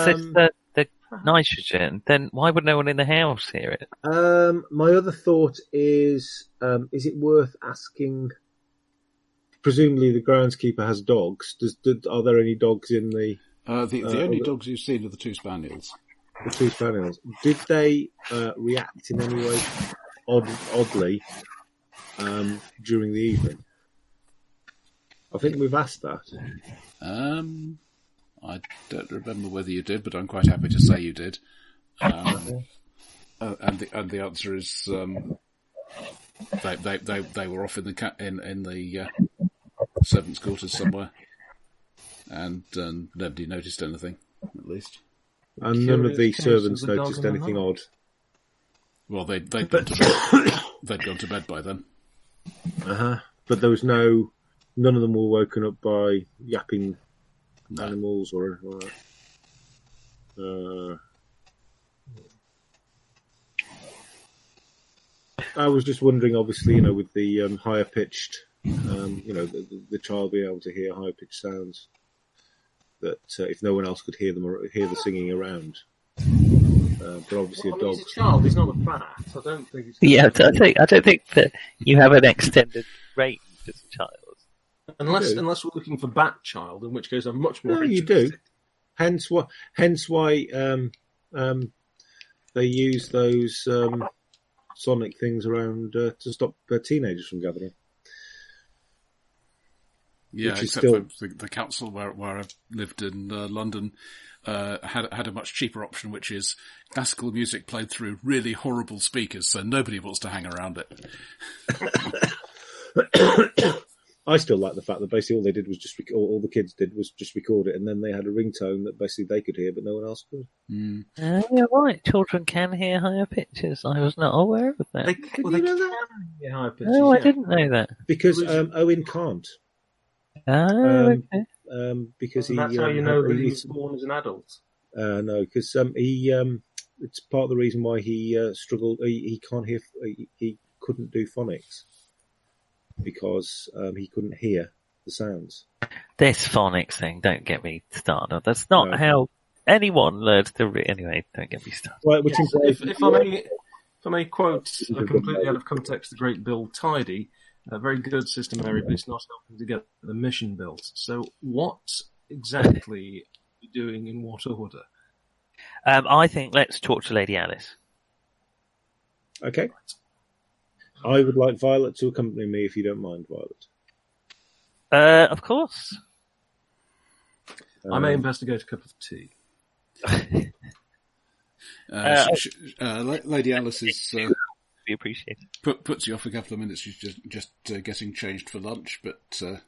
it's
Um,
the, uh, the nitrogen, then why would no one in the house hear it?
um, my other thought is: um, is it worth asking? Presumably, the groundskeeper has dogs. Does, do, are there any dogs in the,
Uh, the the
Uh,
only
uh,
dogs you've seen are the two spaniels.
the two spaniels? Did they uh, react in any way odd, oddly um, during the evening? I think we've asked that.
Um, I don't remember whether you did, but I'm quite happy to say you did. Um, uh, and the and the answer is um, They they they, they were off in the ca- in in the uh, servants' quarters somewhere, and um, nobody noticed anything. At least,
And none of the
Curious case of
servants
the dog and
noticed
the
anything odd.
well they they'd gone to bed. they'd gone to bed by then.
Uh-huh. But there was no, none of them were woken up by yapping
No.
animals or anything like that. Uh, I was just wondering, obviously, you know, with the um, higher pitched, um, you know, the, the, the child being able to hear higher pitched sounds, that uh, if no one else could hear them or hear the singing around. Uh, but obviously,
Well, I mean,
a dog.
he's a child. He's not a bat. I don't think he's.
Yeah, I don't think I don't think that you have an extended range as a child.
Unless
do.
unless we're looking for bat child, in which case I'm much more.
No, you do.
interested.
Hence why, hence why um, um, they use those um, sonic things around uh, to stop uh, teenagers from gathering.
Yeah,
Which is
except
still-
for the, the council where where I lived in uh, London uh, had had a much cheaper option, which is classical music played through really horrible speakers, so nobody wants to hang around it.
I still like the fact that basically all they did was just rec- all, all the kids did was just record it, and then they had a ringtone that basically they could hear, but no one else could.
Mm.
Oh, you're right. Children can hear higher pitches. I was not aware of that.
They, well, they
you know
can
that?
be high pitches.
no, I
yeah.
didn't know that.
Because um, Owen can't,
Oh,
Um,
okay.
um, because he.
And that's how
um,
you know
had-
that he was
he's-
born as an adult.
Uh, no, because um, he um, it's part of the reason why he uh, struggled. He, he can't hear. He, he couldn't do phonics because um, he couldn't hear the sounds.
This phonics thing, don't get me started. That's not
No.
how anyone learns to read. Anyway, don't get me started.
Right, which
Yes,
implies
if, if I may, if I may quote
Yeah.
uh, completely out of context, the great Bill Tidy, a very good system area, but it's not helping to get the mission built. So, what exactly are you doing in what order?
Um, I think let's talk to Lady Alice.
okay. I would like Violet to accompany me if you don't mind, Violet.
Uh, of course.
I may
Um,
investigate a cup of tea.
Uh,
Uh,
sh- sh- uh, La- Lady Alice is, uh,
We appreciate it.
put, puts you off a couple of minutes. She's just just uh, getting changed for lunch, but uh,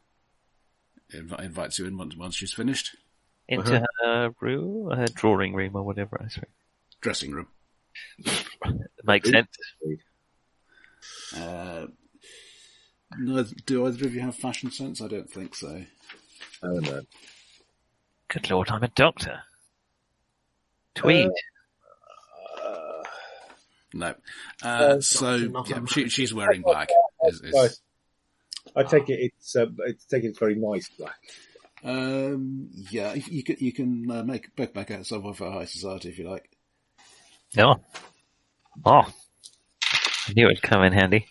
inv- invites you in once once she's finished.
Uh-huh.
Into her room, her drawing room, or whatever. I suppose.
Dressing room.
Makes sense.
Uh, neither, do either of you have fashion sense? I don't think so.
I don't know.
Good lord, I'm a doctor. Tweed.
No. Uh,
Uh,
so
not
yeah,
a
she, she's wearing black. Is,
Right.
is,
I take it it's uh, it's taking it's very nice black.
um, yeah, you- you can you can uh, make both make out someone for high society if you like.
No. Oh. I knew it'd come in handy.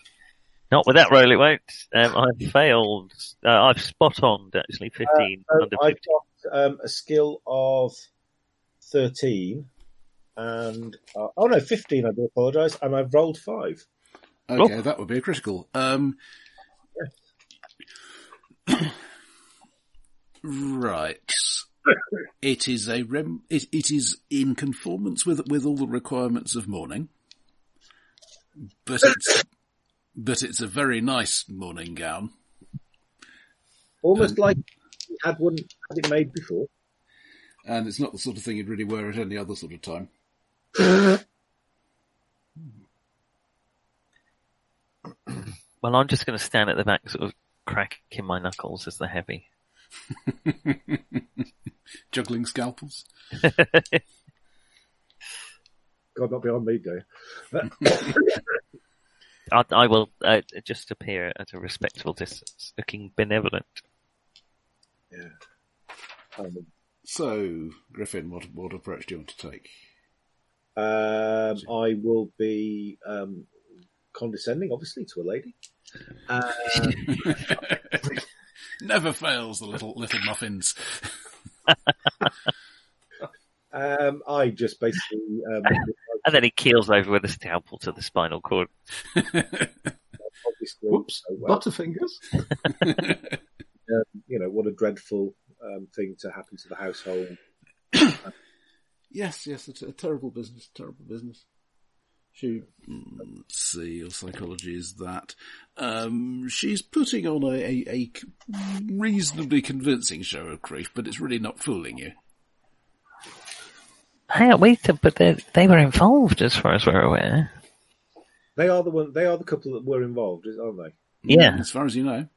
Not with that roll, it won't. Um, I've failed. Uh, I've spot on actually 15
So
under
Uh, I've
15.
got um, a skill of 13 and, uh, oh no, 15, I do apologise, and I've rolled five.
Okay, that would be a critical. Um, (coughs) right. It is a rem. It, it is in conformance with with all the requirements of mourning, but it's but it's a very nice morning gown.
Almost
Um,
like we had one had it made before.
and it's not the sort of thing you'd really wear at any other sort of time.
Well, I'm just going to stand at the back, sort of cracking my knuckles as the heavy.
Juggling scalpels.
God, not beyond me, do
I, I will uh, just appear at a respectable distance, looking benevolent.
you? Um,
So, Griffin, what what approach do you want to take?
um, I will be um, condescending, obviously, to a lady. Uh,
(laughs) Never fails the little little muffins.
um, I just basically um,
And then he keels over with a scalpel to the spinal cord.
obviously,
Whoops,
so well, Um,
Butterfingers.
(laughs) you know, what a dreadful um, thing to happen to the household.
yes, yes, it's a terrible business, terrible business.
She
Let's Hmm, see, your psychology is that. Um, she's putting on a, a, a reasonably convincing show of grief, but it's really not fooling you.
Hang on, wait, but they they were involved as far as we're aware.
They are the one. They are the couple that were involved, is- aren't they?
Yeah.
As far as you know.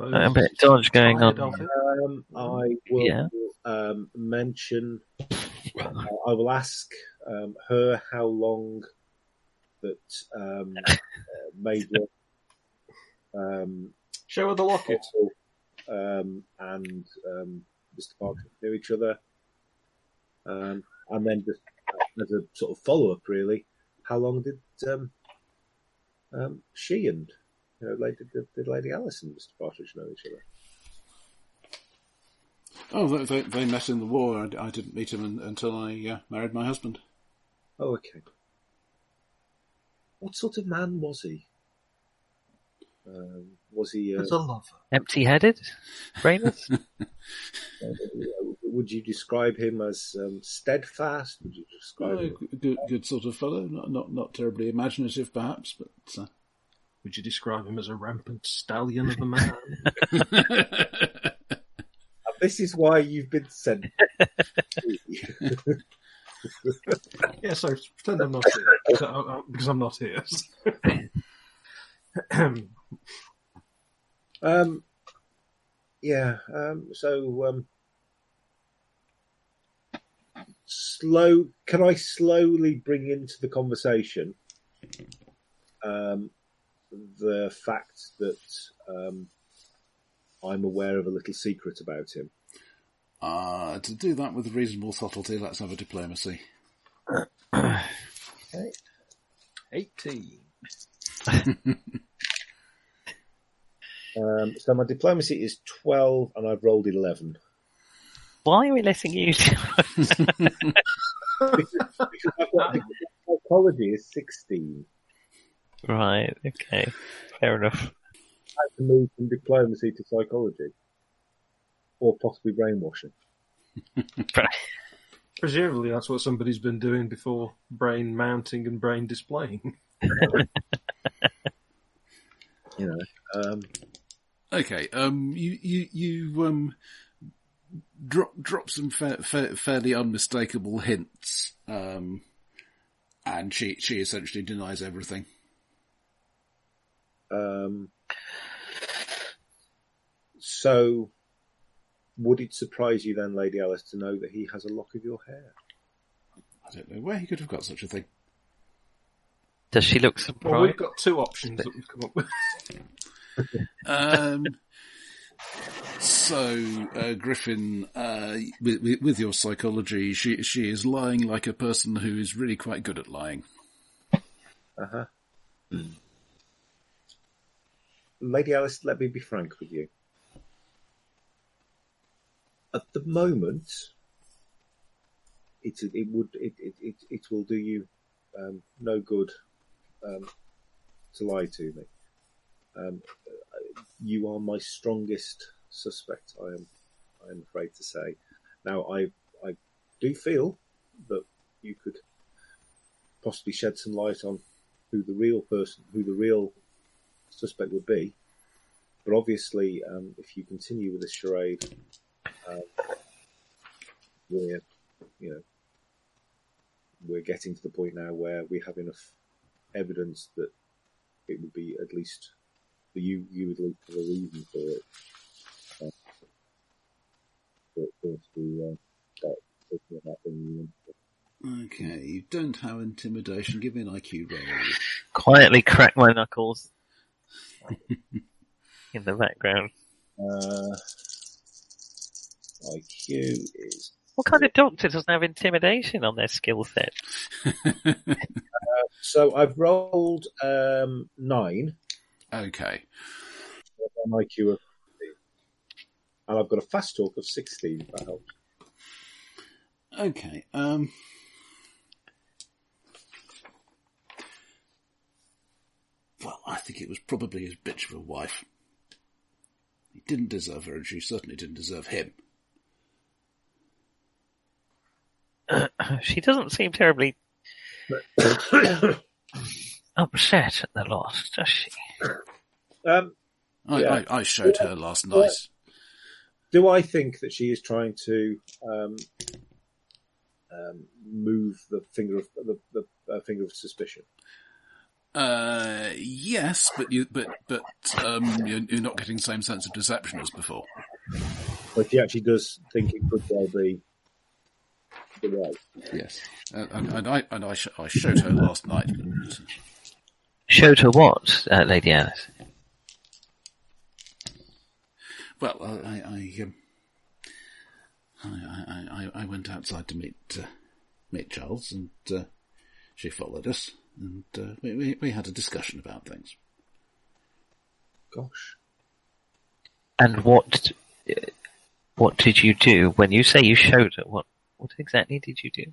A bit of dodge going
Tired
on.
of it.
Um, I will
Yeah.
um, mention. Uh, I will ask um, her how long that um, uh, Major um,
show her the locket.
um, and um, Mr. Parker knew each other. Um, and then just uh, as a sort of follow up, really, how long did um, um, she and you know, Lady, did, did Lady Alice and Mr. Partridge know each other?
Oh, they, they, they met in the war. I, I didn't meet him un, until I uh, married my husband.
Oh, okay. What sort of man was he? Um, was he? Uh,
It's a lover.
Empty-headed, (laughs) brainless.
would you describe him as um, steadfast? Would you describe
Oh,
him?
g- good, good sort of fellow. Not, not, not terribly imaginative, perhaps, but. Uh,
Would you describe him as a rampant stallion of a man?
This is why you've been sent.
yeah, so pretend I'm not here. So, uh, uh, Because I'm not (coughs) here.
Um, yeah. Um, so um, slow. Can I slowly bring into the conversation um, the fact that um, I'm aware of a little secret about him?
uh, to do that with reasonable subtlety, let's have a diplomacy.
18.
Um, so my diplomacy is twelve, and I've rolled eleven.
Why are we letting you? do-
I've got- Psychology is sixteen.
right. Okay. Fair enough.
I have to move from diplomacy to psychology, or possibly brainwashing.
Presumably, that's what somebody's been doing before brain mounting and brain (laughs) displaying.
You know. Um,
Okay, um, you you you um, drop drop some fa- fa- fairly unmistakable hints, um, and she she essentially denies everything.
Um, so, would it surprise you then, Lady Alice, to know that he has a lock of your hair?
I don't know where he could have got such a thing.
Does she look
Well,
surprised?
we've got two options that we've come up with.
Um, so uh, Griffin, uh, with, with- with your psychology, she she is lying like a person who is really quite good at lying.
Uh huh. Lady Alice, let me be frank with you. At the moment, it it would it it it, it will do you um, no good um, to lie to me. Um, you are my strongest suspect. I am I am afraid to say. Now I I do feel that you could possibly shed some light on who the real person, who the real suspect would be. But obviously, um, if you continue with this charade, um, we're, you know, we're getting to the point now where we have enough evidence that it would be at least that you you would at least have a reason for it. Um, for for us to uh, start talking about bringing you in.
Okay, you don't have intimidation. Give me an IQ roll.
Quietly crack my knuckles in the background.
Uh, IQ is
What kind of doctor doesn't have intimidation on their skill set? (clears throat)
so I've rolled um, nine
Okay.
on IQ of, 15. and I've got a fast talk of sixteen. If that helps.
Okay. Um, well, I think it was probably his bitch of a wife. He didn't deserve her, and she certainly didn't deserve him.
She doesn't seem terribly Upset at the loss, does she?
um,
I,
Yeah.
I, I showed her last night.
do I think that she is trying to um, um, move the finger of the, the uh, finger of suspicion?
Uh, yes, but you, but but um, you're, you're not getting the same sense of deception as before.
But she actually does think it could well be the way.
Yes, and, Uh, and, and I and I, sh- I showed her last night.
Showed her what, uh, Lady Alice?
Well, I I I, um, I, I, I I went outside to meet uh, meet Charles, and uh, she followed us, and uh, we, we we had a discussion about things.
Gosh,
And what, uh, what did you do when you say you showed her? What, what exactly did you do?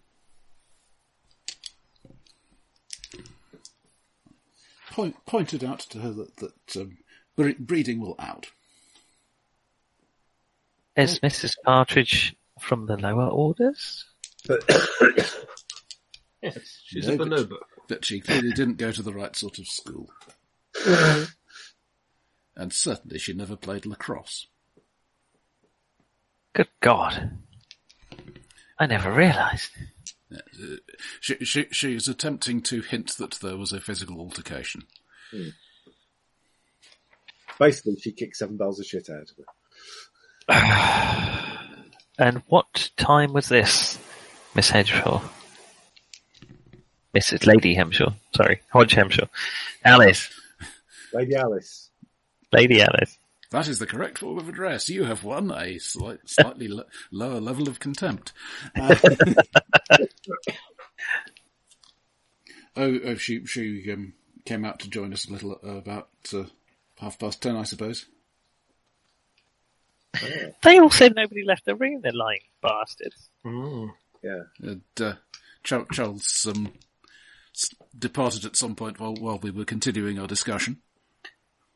Point, pointed out to her that that um, bre- breeding will out.
Is Mrs. Partridge from the lower orders?
Yes, (laughs) she's
No,
a
but-
bonobo.
that she clearly didn't go to the right sort of school. and certainly she never played lacrosse.
Good God. I never realised.
She, she, she is attempting to hint that there was a physical altercation.
basically, she kicked seven bells of shit out of her.
And what time was this, Miss Hedgeshaw? Mrs. Lady Hemshaw. Sorry, Hodge Hemshaw. Alice.
Lady Alice.
Lady Alice.
That is the correct form of address. You have won a slight, slightly lo- lower level of contempt. Uh, (laughs) oh, oh, she she um, came out to join us a little uh, about uh, half past ten, I suppose.
They all said nobody left the room, they're lying bastards.
Mm.
Yeah.
And uh, Charles, Charles um, s- departed at some point while while we were continuing our discussion.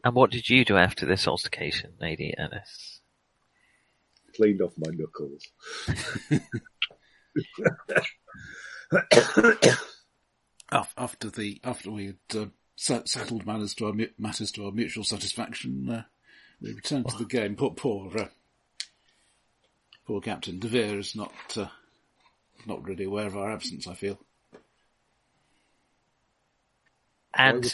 And what did you do after this altercation, Lady Alice?
Cleaned off my knuckles.
Af- After the after we had uh, se- settled matters to our mu- matters to our mutual satisfaction, uh, we returned to the game. Poor poor uh, poor Captain De Vere is not uh, not really aware of our absence. I feel.
And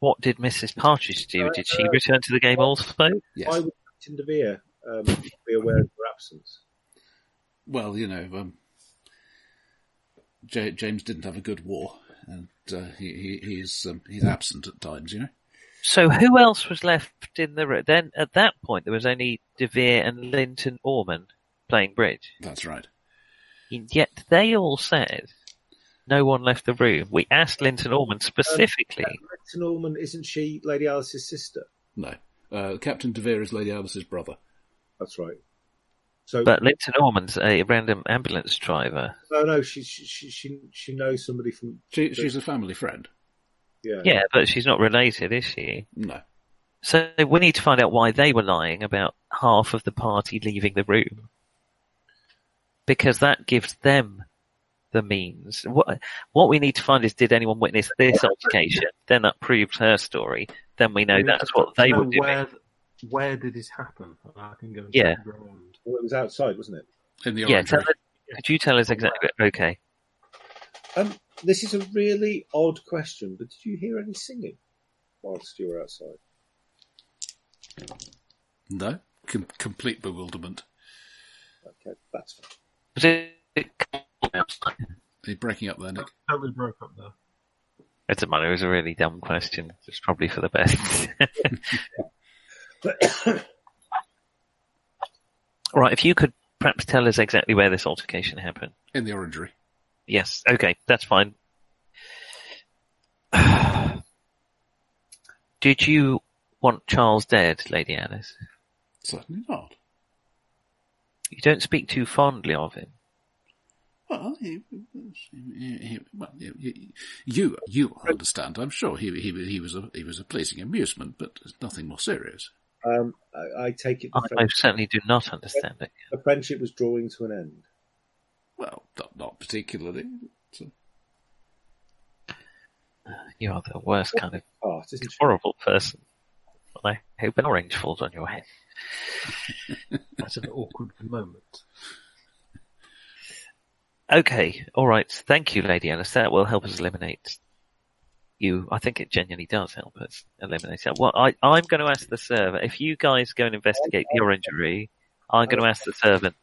what did Mrs. Partridge do? Did she return to the game also?
Yes.
Why would Captain Devere um, be aware of her absence?
well, you know, um, J- James didn't have a good war, and uh, he, he he's um, he's absent at times. You know.
So who else was left in the room? Then at that point there was only Devere and Linton Orman playing bridge.
That's right.
And yet they all said no one left the room. We asked Linton Orman specifically.
Captain Norman, isn't she Lady Alice's sister?
No. Uh, Captain Devere is Lady Alice's brother.
That's right. So,
But Linton Orman's a random ambulance driver.
no, no, she, she she she she knows somebody from
She, she's a family friend.
yeah.
Yeah, but she's not related, is she?
No.
So we need to find out why they were lying about half of the party leaving the room. Because that gives them the means. What, what we need to find is did anyone witness this altercation? Then that proves her story. Then we know
We need
that's
to
what they
know
were doing.
Where, where did this happen? And I can go and
Yeah.
check around.
Well, it was outside, wasn't it?
In the
Yeah,
orange.
tell us, could you tell us exactly? Okay.
Um, this is a really odd question, but did you hear any singing whilst you were outside?
No. Com- complete bewilderment.
Okay, that's fine.
Was it outside?
Are you breaking up there, Nick?
Totally broke up there.
It's a matter, it was a really dumb question. It's probably for the best. (laughs) All right, if you could perhaps tell us exactly where this altercation happened.
In the orangery.
Yes. Okay, that's fine. (sighs) Did you want Charles dead, Lady Alice?
Certainly not.
You don't speak too fondly of him.
Well, he, he- he- well, you- you, you, you understand. I'm sure he, he, he was a, he was a pleasing amusement, but nothing more serious.
(coughs) Um, I, I take it
I,
the,
I
friend,
certainly do not understand it.
the friendship was drawing to an end.
Well, not, not particularly. So,
You are the worst kind of
Art, isn't Ah, it?
horrible person. Well, I hope an orange falls on your head.
That's an awkward moment.
Okay, all right. Thank you, Lady Alice. That will help us eliminate you. I think it genuinely does help us eliminate that. Well, I, I'm going to ask the server. If you guys go and investigate your injury, I'm going to ask the servant.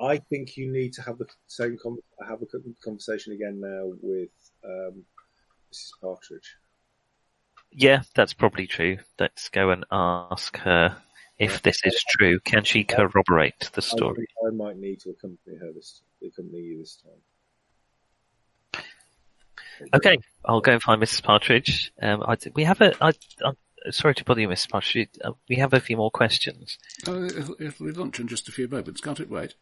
I think you need to have the same con have a con- conversation again now with um, Mrs. Partridge.
Yeah, that's probably true. Let's go and ask her if this is true. Can she corroborate the
I
story?
think I, might need to accompany her this accompany you this time.
Okay, I'll go and find Mrs. Partridge. Um, I, we have a. I, I'm sorry to bother you, Mrs. Partridge. Uh, we have a few more questions.
oh, it'll, it'll be lunch in just a few moments, can't it wait?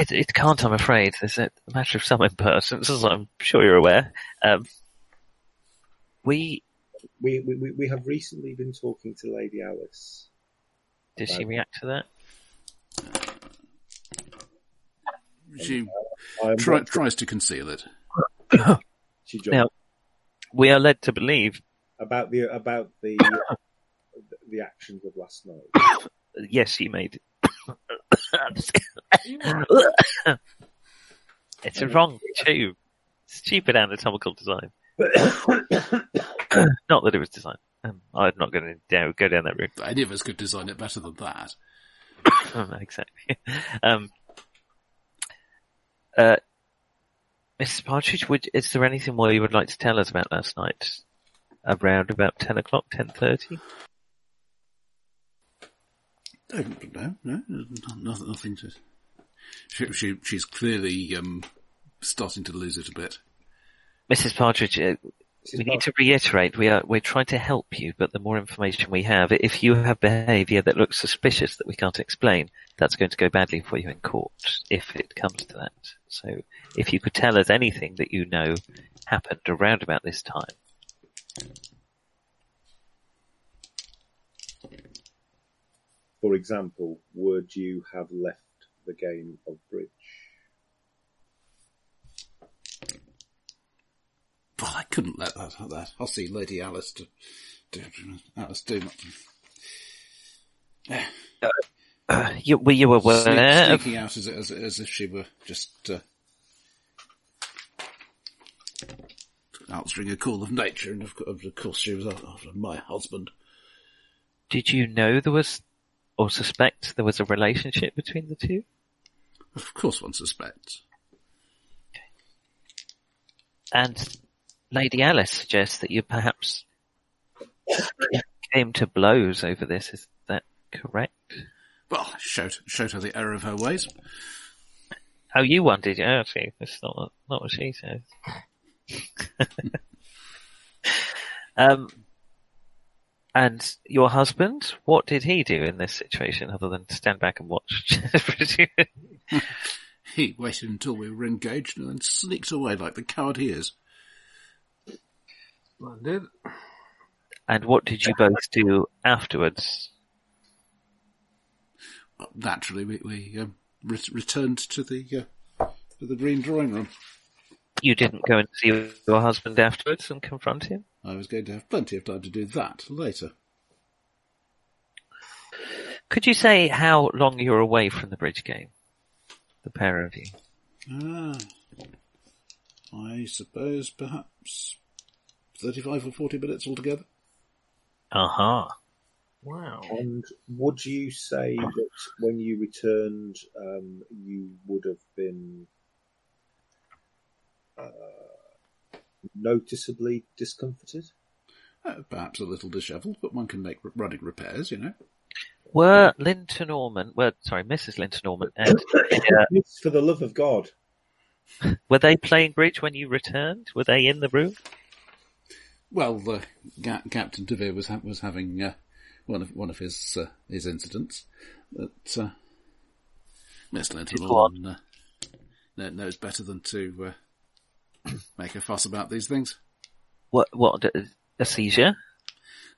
It, it can't, I'm afraid. It's a matter of some (laughs) impertinence, as I'm sure you're aware. Um, we
We, we we- we have recently been talking to Lady Alice.
did she react to that?
She
I am
try, tries to conceal it.
she jumped
Now, we are led to believe,
about the about the the actions of last night. (coughs)
yes, she made. (coughs) it's a wrong tube. Stupid anatomical design. not that it was designed. Um, I'm not going to go down that route. (laughs)
Any of us could design it better than that.
exactly. (laughs) Um, uh, Mrs. Partridge, would, is there anything more you would like to tell us about last night? Around about ten o'clock, ten thirty.
No, no, no, nothing, nothing to. She, she, she's clearly um, starting to lose it a bit.
Mrs. Partridge, uh, we need to reiterate we are we're trying to help you, but the more information we have, if you have behaviour that looks suspicious that we can't explain, that's going to go badly for you in court if it comes to that. So, if you could tell us anything that you know happened around about this time.
For example, would you have left the game of bridge?
Well, I couldn't let that. that. I'll see Lady Alice do, do, Alice do my-
You, were you aware
sneak,
of
sneaking out as, as, as if she were just uh, answering a call of nature, and of, co- of course she was after my husband.
Did you know there was, or suspect there was a relationship between the two?
Of course, one suspects.
And Lady Alice suggests that you perhaps came to blows over this. Is that correct?
Well, I showed showed her the error of her ways.
Oh, you one did you? Oh, see, that's not what- not what she says. (laughs) um, and your husband, what did he do in this situation other than stand back and watch? (laughs)
He waited until we were engaged and then sneaked away like the coward he is.
Landed.
and what did you both do afterwards?
Naturally, we, we um, re- returned to the uh, to the green drawing room.
You didn't go and see your husband afterwards and confront him?
I was going to have plenty of time to do that later.
Could you say how long you were away from the bridge game? The pair of you.
Ah, I suppose perhaps 35 or 40 minutes altogether.
Uh-huh.
Wow.
And would you say that when you returned, um, you would have been uh, noticeably discomforted?
Uh, perhaps a little dishevelled, but one can make r- running repairs, you know.
Were Linton Norman, well, sorry, Mrs. Linton Norman, and uh,
Yes, For the love of God,
were they playing bridge when you returned? Were they in the room?
Well, uh, Ga- Captain DeVere was ha- was having uh, one of one of his uh, his incidents that uh, Miss Linton
go on.
Norman, uh, kn- knows better than to uh, (coughs) make a fuss about these things.
What, what, a seizure?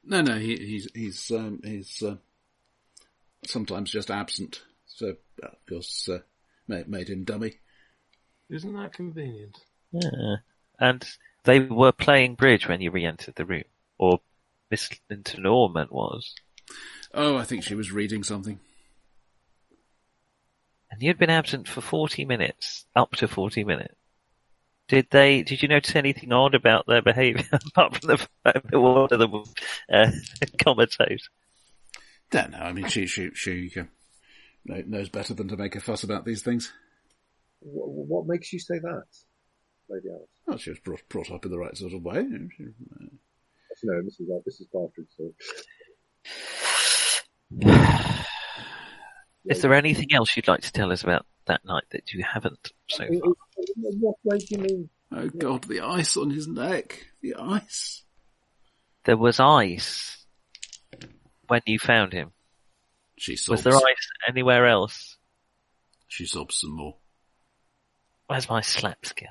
No, no, he, he's he's um, he's uh, sometimes just absent. So, uh, of course, uh, made, made him dummy.
Isn't that convenient?
Yeah. and they were playing bridge when you re-entered the room, or Miss Linton Norman was,
Oh, I think she was reading something.
and you'd been absent for forty minutes, up to forty minutes. Did they? Did you notice anything odd about their behaviour (laughs) apart from the fact that one of them was uh, (laughs) comatose?
Don't know. I mean, she she she uh, kno- knows better than to make a fuss about these things.
What, what makes you say that, Lady Alice?
Well, she was brought brought up in the right sort of way.
No, this is like this is Partridge. So
Is there anything else you'd like to tell us about that night that you haven't so
Mm.
far?
what way do you mean?
Oh God, the ice on his neck, the ice.
There was ice when you found him.
She sobs.
Was there ice anywhere else?
She sobs some more.
Where's my slap
(laughs)
skill?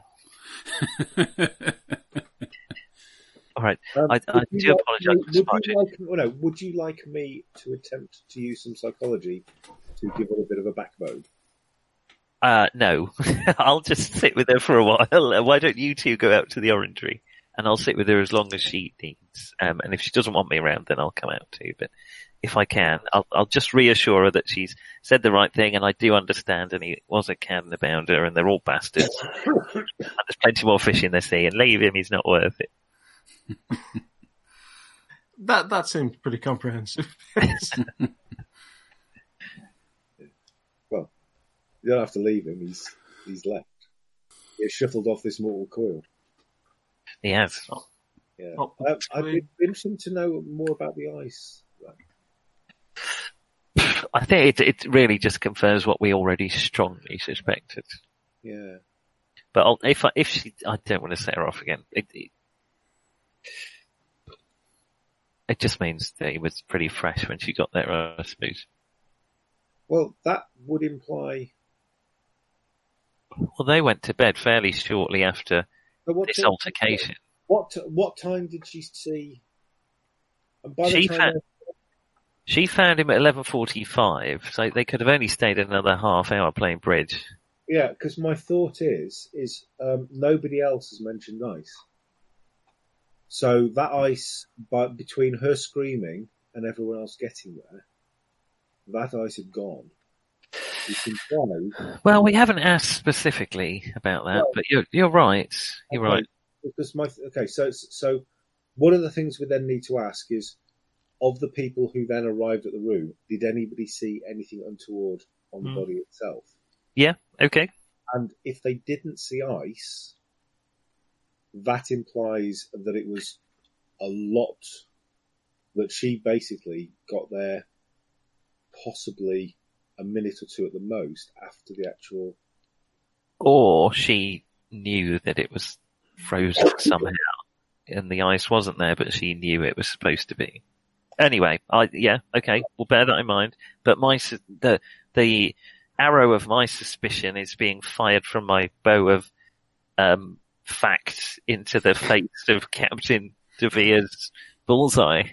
All right, I, I
Um, would you
do
like-
apologise for
Would, would
smudging.
you like, well, no, would you like me to attempt to use some psychology to give her a bit of a backbone?
Uh, no, (laughs) I'll just sit with her for a while. (laughs) Why don't you two go out to the orangery? And I'll sit with her as long as she needs. Um, and if she doesn't want me around, then I'll come out too. But if I can, I'll, I'll just reassure her that she's said the right thing and I do understand and he was a can about her and they're all bastards. and there's plenty more fish in the sea and leave him, he's not worth it.
That that seems pretty comprehensive. (laughs)
You don't have to leave him. He's he's left. He has shuffled off this mortal coil.
He has.
Yeah,
Oh,
um, I'd
actually-
be interested to know more about the ice.
I think it, it really just confirms what we already strongly suspected.
Yeah,
But I'll, if I, if she, I don't want to set her off again. It, it, it just means that he was pretty fresh when she got there, I suppose.
well, that would imply.
Well, they went to bed fairly shortly after
uh, What
this
time-
altercation.
What what time did she see? And by
She
the time
found- She found him at 11.45, so they could have only stayed another half hour playing bridge.
Yeah, because my thought is is um, nobody else has mentioned ice. So that ice, but between her screaming and everyone else getting there, that ice had gone. It's implied
Well, we haven't asked specifically about that,
Well-
but you're, you're right. You're
Okay.
right.
because my okay. So so one of the things we then need to ask is of the people who then arrived at the room, did anybody see anything untoward on the
Hmm.
body itself?
Yeah, okay.
And if they didn't see ice, that implies that it was a lot that she basically got there possibly a minute or two at the most after the actual.
or she knew that it was frozen somehow and the ice wasn't there, but she knew it was supposed to be. Anyway, I, yeah, okay, we'll bear that in mind. But my, sus- the, the arrow of my suspicion is being fired from my bow of, um, fact into the face of Captain De Vere's bullseye.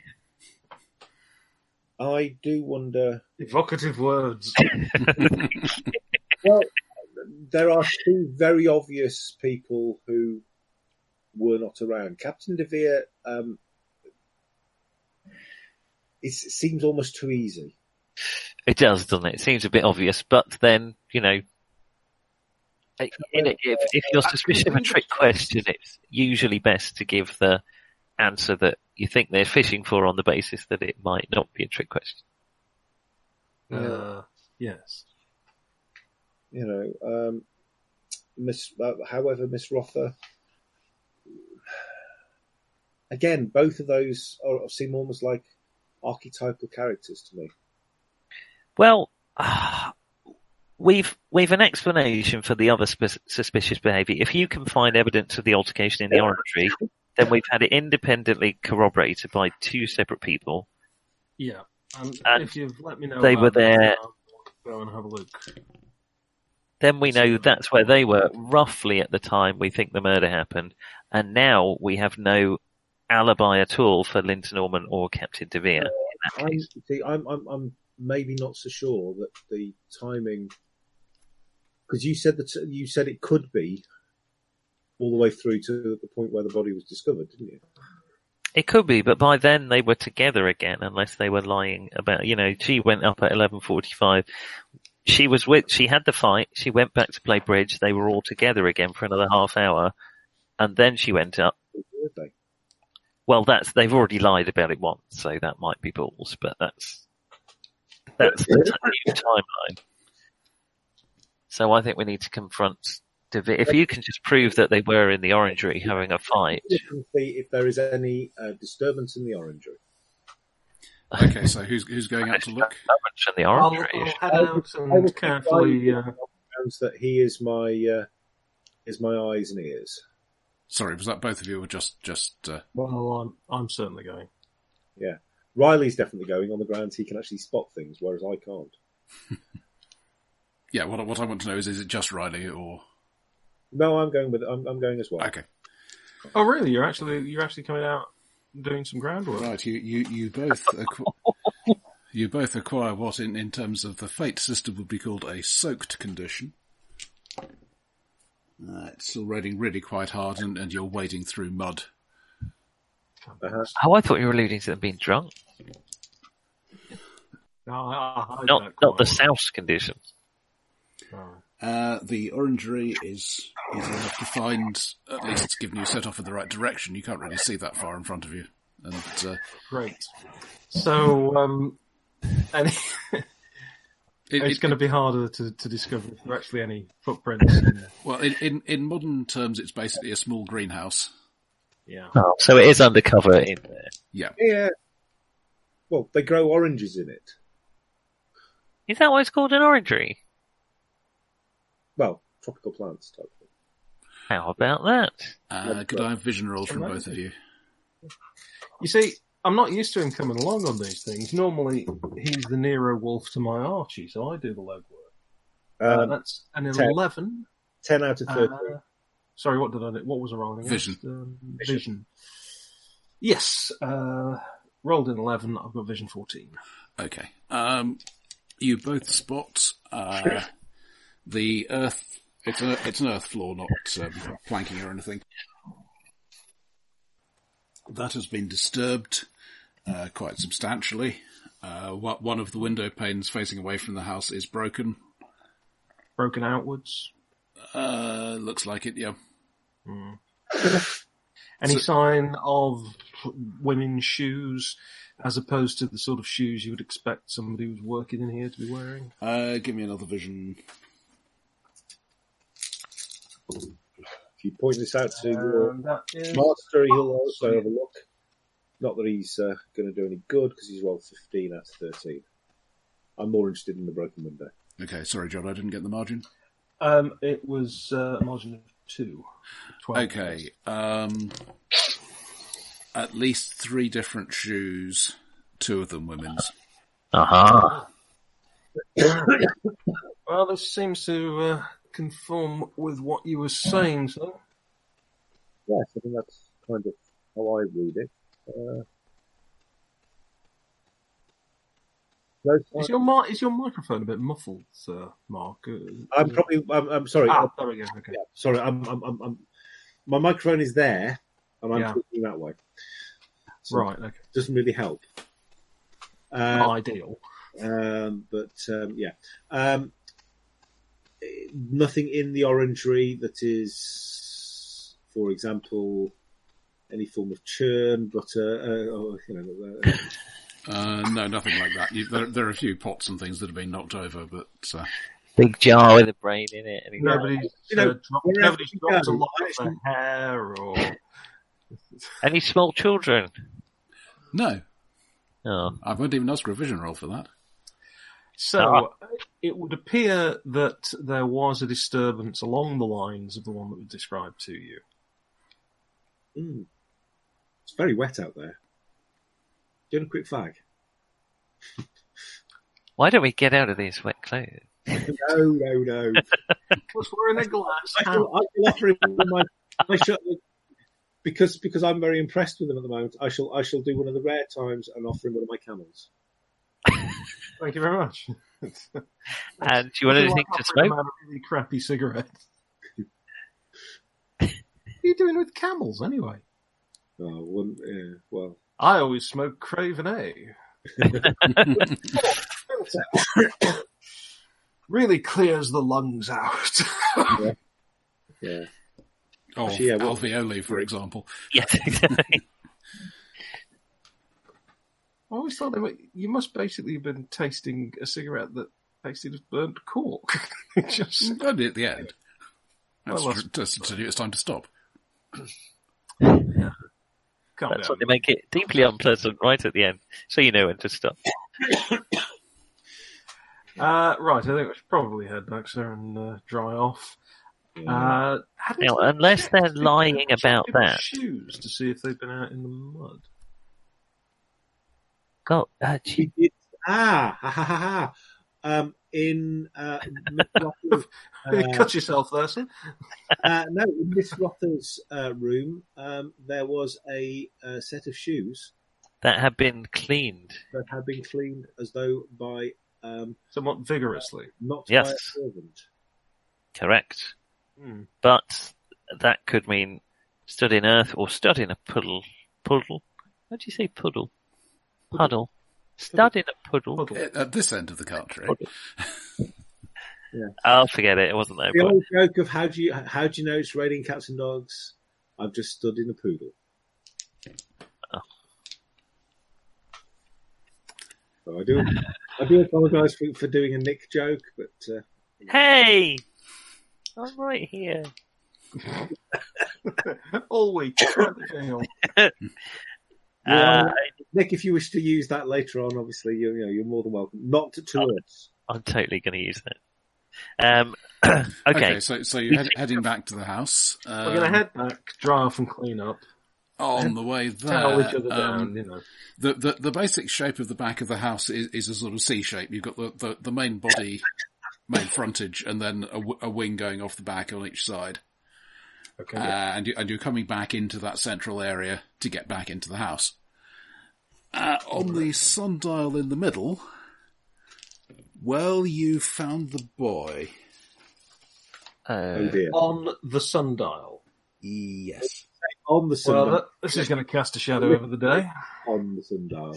I do wonder.
Evocative words.
Well, there are two very obvious people who were not around. Captain Devere um, it seems almost too easy.
It does, doesn't it? It seems a bit obvious, but then, you know, i- in a- if, if you're suspicious of a trick question, it's usually best to give the answer that you think they're fishing for on the basis that it might not be a trick question.
Uh, yes.
you know, um, Miss. Uh, however, Miss Rother. Again, both of those are, seem almost like archetypal characters to me.
Well, (sighs) ah, we've, we've an explanation for the other sp- suspicious behaviour. If you can find evidence of the altercation in the oratory, then we've had it independently corroborated by two separate people.
Yeah. And
And
if you've let me know,
they
about
were
it,
there-
I'll Go and have a look.
then we know
Sure.
that's where they were roughly at the time we think the murder happened. And now we have no alibi at all for Linton Norman or Captain Devere. in that
I'm,
case.
see, I'm, I'm, I'm maybe not so sure that the timing, because you said that you said it could be all the way through to the point where the body was discovered, didn't you?
It could be, but by then they were together again, unless they were lying about. You know, she went up at eleven forty-five. She was with. She had the fight. She went back to play bridge. They were all together again for another half hour, and then she went up.
Or were they?
Well, that's they've already lied about it once, so that might be balls, but that's that's the new timeline. So I think we need to confront. Davi- If you can just prove that they were in the orangery having a fight,
You can see if there is any uh, disturbance in the orangery.
Okay, so who's who's going out to look?
that much in the
I'll,
orangery.
I'll head out and carefully. Uh,
Announce that he is my uh, is my eyes and ears.
Sorry, was that both of you or just just? Uh,
well, I'm I'm certainly going.
Riley's definitely going on the grounds he can actually spot things, whereas I can't.
yeah, what I- what I want to know is is it just Riley or?
No, I'm going with I'm, I'm going as well.
Okay,
Oh, really? You're actually you're actually coming out doing some groundwork.
right. You you you both acqu- (laughs) you both acquire what in in terms of the fate system would be called a soaked condition. Uh, it's still raining really quite hard, and, and you're wading through mud.
Uh-huh.
Oh, I thought you were alluding to them being drunk.
No, I, I, I
Not
don't
not the
quite.
souse condition.
No.
Uh, the orangery is is enough to find, at least it's given you a set off in the right direction. You can't really see that far in front of you. And uh,
Great. So, um, (laughs) and
it,
it's
it-
going to be harder to, to discover if there are actually any footprints. In there.
well, in, in in modern terms, it's basically a small greenhouse.
Yeah.
Oh, so it is undercover in there.
Yeah,
Yeah. Well, they grow oranges in it.
Is that why it's called an orangery?
Well, tropical plants type thing.
How about that?
uh, could I have vision rolls from both of you?
You see, I'm not used to him coming along on these things. Normally, he's the Nero Wolf to my Archie, so I do the legwork. Uh,
Um,
that's an
ten.
eleven.
Ten out of
Uh,
thirteen.
sorry, what did I do? What was I rolling? against?
Vision.
Um, vision. Yes. Uh, rolled an eleven. I've got vision fourteen.
Okay. Um, you both spot uh, the earth. It's a it's an earth floor, not um, planking or anything. That has been disturbed uh, quite substantially. Uh, one one of the window panes facing away from the house is broken.
Broken outwards.
Uh, looks like it. Yeah.
Any
So-
sign of women's shoes, as opposed to the sort of shoes you would expect somebody who's working in here to be wearing?
Uh, give me another vision.
If you point this out to your
Um, that is
master, he'll also have a look. Not that he's uh, going to do any good because he's rolled fifteen out of thirteen. I'm more interested in the broken window.
Okay, sorry, John, I didn't get the margin.
Um, it was uh, margin of two. 12.
Okay. Um, at least three different shoes, two of them women's.
Aha.
Well, this seems to uh, conform with what you were saying, sir.
Yes, I think that's kind of how I read it. Uh, no sign-
Is your mi- is your microphone a bit muffled, sir, Mark? Uh,
I'm probably. I'm, I'm sorry.
ah, there we go. Okay.
Yeah, sorry, I'm, I'm, I'm, I'm, my microphone is there, and I'm
Yeah.
talking that way. So
Right. Ah. Okay.
It doesn't really help.
Not
Uh,
ideal.
um, but um, yeah, um, eh, nothing in the orangery that is, for example, any form of churn, butter, uh, or, you know, uh,
Uh, no, nothing like that. You, there, there are a few pots and things that have been knocked over, but uh,
Big jar with a brain in it. and he-
Nobody's
You know,
uh, dropped,
wherever
nobody's
you
dropped
go,
a lot
I
of their hair
(laughs)
or
Any small children?
no,
Oh.
I won't even ask for a vision roll for that.
So
Ah.
it would appear that there was a disturbance along the lines of the one that was described to you.
mm. it's very wet out there. Doing a quick fag.
Why don't we get out of these wet clothes?
No, no, no.
Was wearing a glass
I shall, I shall offer him my, I shall, because because I'm very impressed with him at the moment. I shall I shall do one of the rare times and offer him one of my camels.
Thank you very much. (laughs) Do
And do you want anything to
A (laughs)
smoke?
man a really crappy cigarette. are you doing with camels anyway?
Oh, wouldn't, yeah, well,
I always smoke Craven A. (laughs) really clears the lungs out.
yeah.
Or
Actually, yeah, well-
alveoli, for example.
Yes, exactly.
I always thought they were, you must basically have been tasting a cigarette that tasted of burnt cork. (laughs) It just,
Only at the end. That's,
Well,
tr- that's, to do- it's time to stop.
can't
That's
be
what they make it deeply unpleasant right at the end, so you know when to stop.
Uh, right, I think we should probably head back there and uh, dry off. Uh, hadn't
Now,
we
unless they're
checked if
lying
they've checked
about
people's
that.
shoes to see if they've been out in the mud.
God, uh, gee,
We did- ah, ha ha ha ha. Um, in uh, Miss Rother's, uh,
(laughs) Cut yourself there, son.
uh, no, in Miss Rother's uh, room, um, there was a, uh set of shoes
that had been cleaned.
that had been cleaned as though by um,
Somewhat vigorously.
not by a
Yes.
servant.
Correct.
Hmm.
But that could mean stood in earth or stood in a puddle. Puddle? How do you say puddle? Puddle. Stood in a puddle.
Puddle.
At at this end of the country.
I'll Oh, forget it. It wasn't there.
The
But
old joke of how do you how do you know it's raining cats and dogs? I've just stood in a poodle.
Oh.
So I do I do apologise for, for doing a Nick joke, but uh,
hey, I'm right here.
(laughs) All week. Hang on.
Yeah.
Uh,
Nick, if you wish to use that later on, obviously you, you know you're more than welcome. Not to,
Uh,
to us.
I'm totally going to use that. Um, (clears throat) okay.
so so you're head, heading back to the house. Um,
We're going to head back, dry off and clean up.
on the
(laughs)
way there.
Towel each
um,
other down, you know.
the, the the basic shape of the back of the house is, is a sort of C shape. You've got the, the, the main body, main frontage, and then a, w- a wing going off the back on each side.
Okay.
Uh, and you, and you're coming back into that central area to get back into the house. Uh, on the sundial in the middle, well, you found the boy.
Uh,
Oh dear.
On the sundial.
Yes.
On the
Well,
sundial.
that, this is going to cast a shadow over
(laughs)
the day.
on the sundial.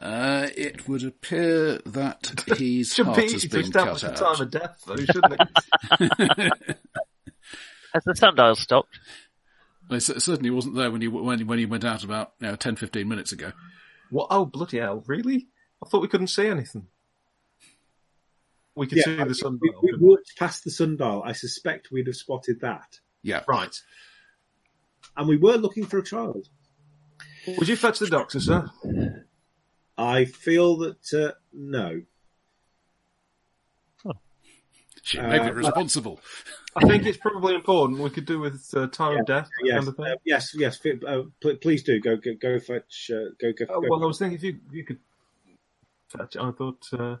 Uh, it would appear
(laughs)
that his
Should
heart
be
has
to
been
establish
cut out.
the time of death, though, shouldn't it? (laughs)
has the sundial stopped?
It cer- certainly wasn't there when you when when you went out about you know, 10, 15 minutes ago.
What? Oh, bloody hell! Really? I thought we couldn't see anything. We could see the
If
sundial.
we
couldn't we?
walked past the sundial, I suspect we'd have spotted that.
Yeah,
Right.
And we were looking for a child.
Would you fetch the doctor, sir?
I feel that uh, no.
she
Uh,
made it responsible.
I think it's probably important. We could do with uh, time of death. that
Yes,
kind of thing.
uh, yes, yes. fi- Uh, pl- please do go, go, go fetch. Uh, go, go.
Uh,
go.
well, I was thinking if you you could fetch. I thought uh,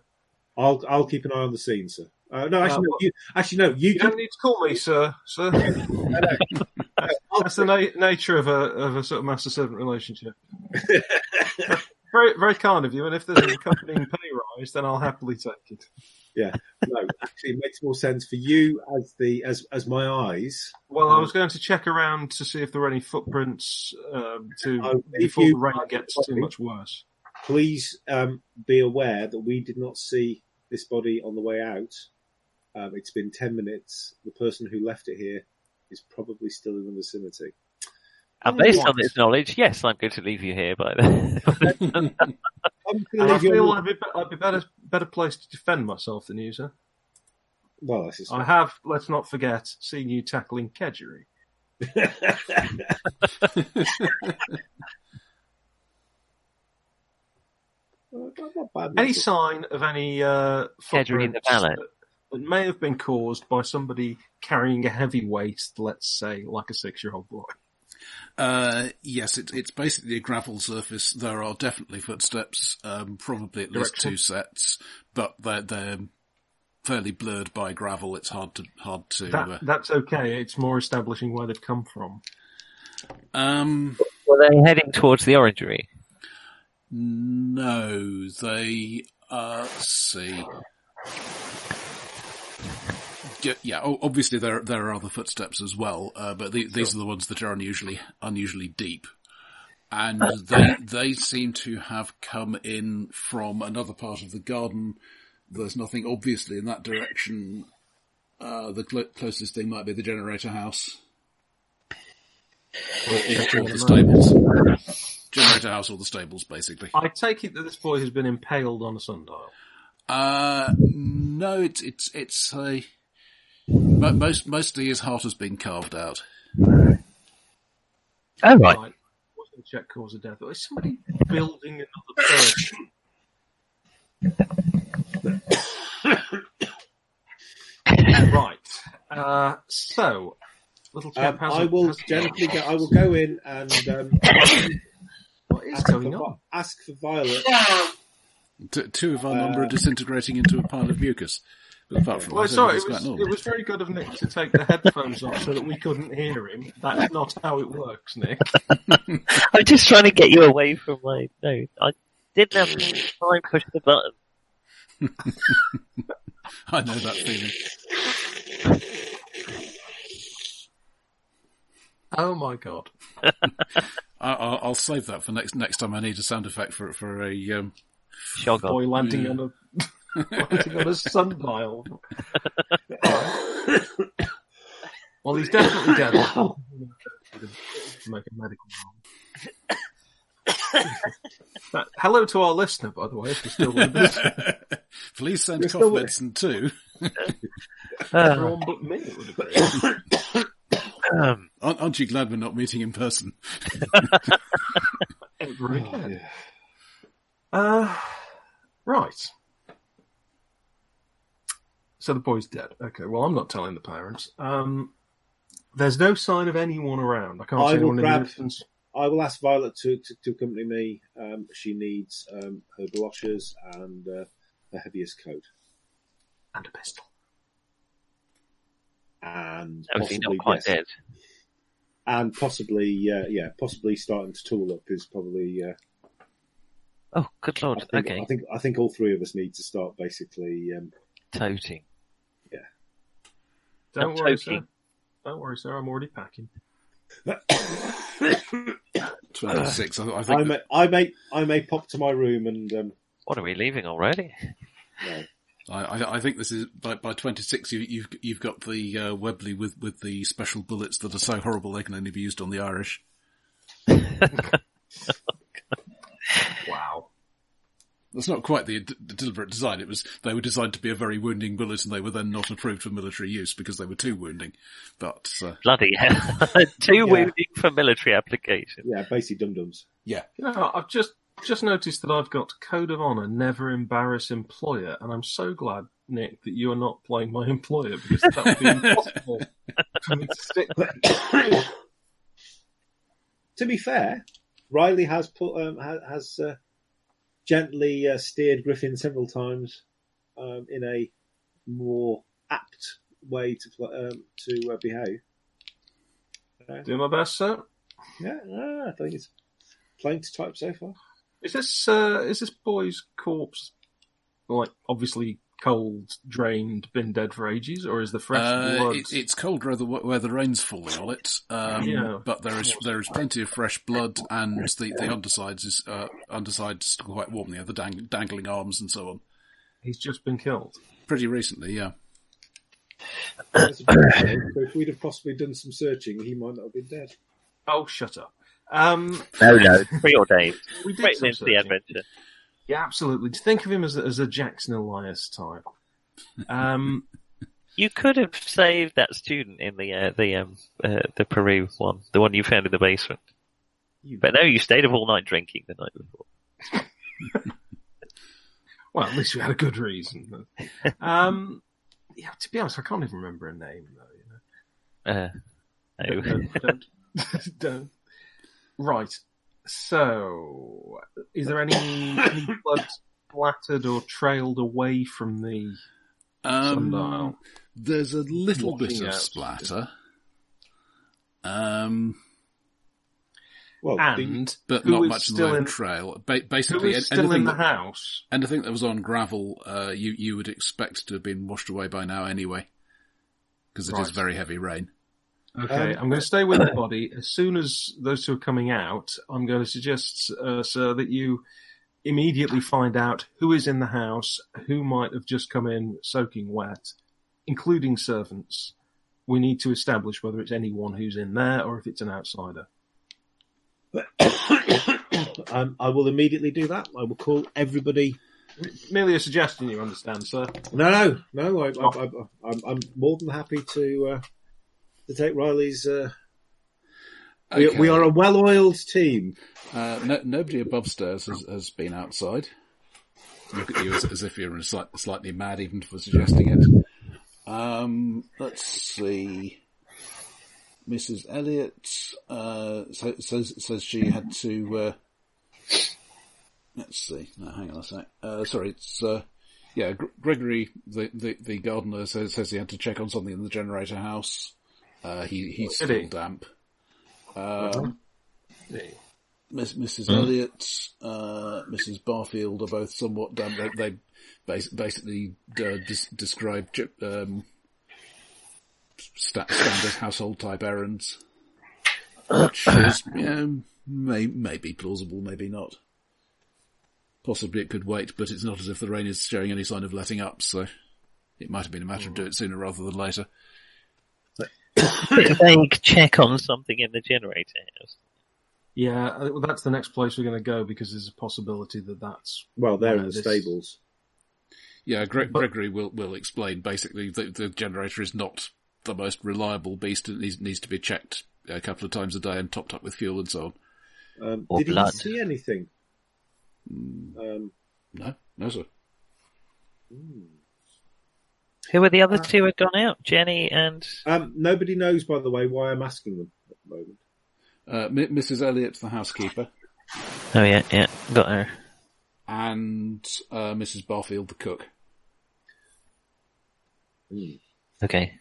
I'll, I'll keep an eye on the scene, sir. Uh, no, actually,
Oh.
no, you, actually, no. You
you
can.
don't need to call me sir, sir. That's the na- nature of a of a sort of master servant
(laughs)
relationship. very very kind of you. And if there's an accompanying pay rise, then I'll happily take it.
no, actually, it makes more sense for you as the as as my eyes.
Well, I was going to check around to see if there were any footprints um,
I'll
to
leave
before
you-
the rain gets too much worse.
Please um, be aware that we did not see this body on the way out. Um, it's been ten minutes. The person who left it here is probably still in the vicinity.
And based on this knowledge, yes, I'm going to leave you here by (laughs) the
I'm gonna
And I
leave you
feel
on-
I'd be, be- I'd be better better placed to defend myself than you, sir.
well, I (laughs) suspect.
I have, let's not forget, seen you tackling Kedgery.
Uh, not- not bad,
Any
not bad.
sign of any uh,
Kedgeree in the
footprints
valet.
that, that may have been caused by somebody carrying a heavy weight, let's say, like a six-year-old boy?
Uh, yes, it's it's basically a gravel surface. There are definitely footsteps, um, probably at least
Direction.
two sets, but they're they're fairly blurred by gravel. It's hard to hard to.
That, that's okay. It's more establishing where they've come from.
uh, um,
Were they heading towards the orangery?
no, they uh, let's see. Yeah, yeah, o- obviously there there are other footsteps as well, uh, but the, these are the ones that are unusually unusually deep, and (coughs) they they seem to have come in from another part of the garden. There's nothing obviously in that direction. Uh, the cl- closest thing might be the generator house or, or, or the stables. Generator house or the stables, basically.
I take it that this boy has been impaled on a sundial.
Uh, no, it's it's it's a mo- most mostly his heart has been carved out.
Oh, right.
Right. What's the check cause of death? Is somebody building another person?
(coughs)
right. Uh, so, little chap
Um,
has
I
a-
will
has a-
gently go. I will go in and um,
What is
ask, for,
going on?
Vi- ask for Violet.
T- two of our
Uh,
number are disintegrating into a pile of mucus. But apart from
Well,
that,
sorry,
everything's
it was,
quite normal.
it was very good of Nick to take the headphones off so that we couldn't hear him. That's not how it works, Nick.
I'm just trying to get you away from my. No, I didn't have time to push the button.
(laughs) I know that feeling.
Oh my god.
I, I'll, I'll save that for next next time I need a sound effect for for a
(laughs)
um,
Shog on.
Boy landing
Yeah.
on a landing on a sundial. well, he's definitely dead. Make a medical. roll. That- hello to our listener, by the way, if you're still with
(laughs)
us.
Please send
You're
cough
still-
medicine too.
Uh,
Everyone but me, it would agree.
um,
Aren't, aren't you glad we're not meeting in
(sighs)
person?
Every kid. Uh, right. So the boy's dead. Okay. Well, I'm not telling the parents. Um, there's no sign of anyone around. I can't
I
see
will
anyone in
grab-
the distance.
I will ask Violet to, to, to accompany me. Um, she needs um, her galoshes and uh, her heaviest coat,
And a pistol.
and
obviously not
possibly
quite
yes.
dead.
and possibly uh, yeah, possibly starting to tool up is probably. Uh,
Oh, good
I
lord.
think,
okay,
I think I think all three of us need to start basically. Um,
toting.
Don't
I'm
worry,
joking.
sir. Don't worry, sir. I'm already packing.
Twenty six. I, I think
I may I may I may pop to my room and um,
What are we leaving already?
no.
I, I, I think this is by, by 26. You, you've you've got the uh, Webley with with the special bullets that are so horrible they can only be used on the Irish.
Wow.
That's not quite the, d- the deliberate design. It was they were designed to be a very wounding bullet, and they were then not approved for military use because they were too wounding. But uh,
(laughs) Bloody hell. (laughs) Too wounding for military application.
yeah, basically dum dums.
You know, I've just just noticed that I've got code of honor, never embarrass employer, and I'm so glad, Nick, that you are not playing my (laughs) employer because that would be impossible for me to
(coughs)
stick. with.
to be fair, Riley has put um, ha- has uh, gently uh, steered Griffin several times um, in a more apt way to pl- um, to uh, behave.
Do my best, sir.
Yeah, ah, I think it's playing to type so far.
Is this uh, is this boy's corpse like obviously cold, drained, been dead for ages, or is the fresh
uh,
blood?
it, it's cold rather wh- where the rain's falling on it. Um,
Yeah.
But there is there is plenty of fresh blood, and the the undersides is uh, undersides still quite warm. The other dang, dangling arms and so on.
He's just been killed.
Pretty recently, yeah.
That's a good show, so if we'd have possibly done some searching, he might not have been dead.
Oh, shut up. Um,
No, no. Three or days. (laughs)
we did
Straight
some
into the
searching.
adventure.
Yeah, absolutely. Think of him as as a Jackson Elias type. Um,
You could have saved that student in the uh, the um uh, the Peru one, the one you found in the basement. But no, you stayed up all night drinking the night before.
well, at least we had a good reason. Um, yeah, to be honest, I can't even remember a name though. You know?
Uh, (laughs) no.
don't, don't, (laughs) don't. Right. So, is there any, any blood splattered or trailed away from the sundial?
Um, there's a little bit
Washing
of
out.
splatter. Um,
Well, the,
And
but
who
not
is
much in the
still
way
in-
of trail. Ba-
who
basically,
is
an-
still in
anything,
the
that,
house?
anything that was on gravel, uh, you you would expect to have been washed away by now anyway. because it is
Right.
very heavy rain.
Okay,
Um,
I'm going to stay with the body. As soon as those two are coming out, I'm going to suggest, uh, sir, that you immediately find out who is in the house, who might have just come in soaking wet, including servants. We need to establish whether it's anyone who's in there or if it's an outsider.
(coughs) um, I will immediately do that. I will call everybody.
Merely a suggestion, you understand, sir.
No, no, no. I, I, I, I'm, I'm more than happy to uh, to take Riley's. Uh, we,
Okay.
we are a well-oiled
(coughs)
team.
Uh, no, nobody above stairs has, has been outside. Look at you as, as if you're slight, slightly mad, even for suggesting it. Um, let's see. Mrs. Elliot uh, sa- says says she had to. Uh, let's see. No, hang on a sec. Uh, sorry, it's uh, yeah. Gr- Gregory, the, the the gardener, says says he had to check on something in the generator house. Uh, he he's
Oh, Did he? Uh-huh.
still damp. Um, Miss, Mrs. Elliot, uh, Mrs. Barfield are both somewhat damp. They, they bas- basically uh, des- describe ju- um, sta- standard household type errands, which is yeah, may maybe plausible, maybe not. Possibly it could wait, but it's not as if the rain is showing any sign of letting up, so it might have been a matter of do it sooner rather than later.
Bit vague check on something in the generator house.
Yeah, uh, well, that's the next place we're going to go because there's a possibility that that's
Well, they're
one
in
of
the
this-
stables.
Yeah, Gre- Gregory will, will explain. Basically, the, the generator is not the most reliable beast and needs, needs to be checked a couple of times a day and topped up with fuel and so on.
Um,
Or
did he
blood. Hmm.
see anything? Um, hmm.
No, no, sir.
Who are the other two had gone out? Jenny and
um, nobody knows, by the way, why I'm asking them at the moment.
Uh, M- Mrs. Elliot's the housekeeper
oh yeah, yeah, got her.
and uh, Mrs. Barfield the cook.
Okay.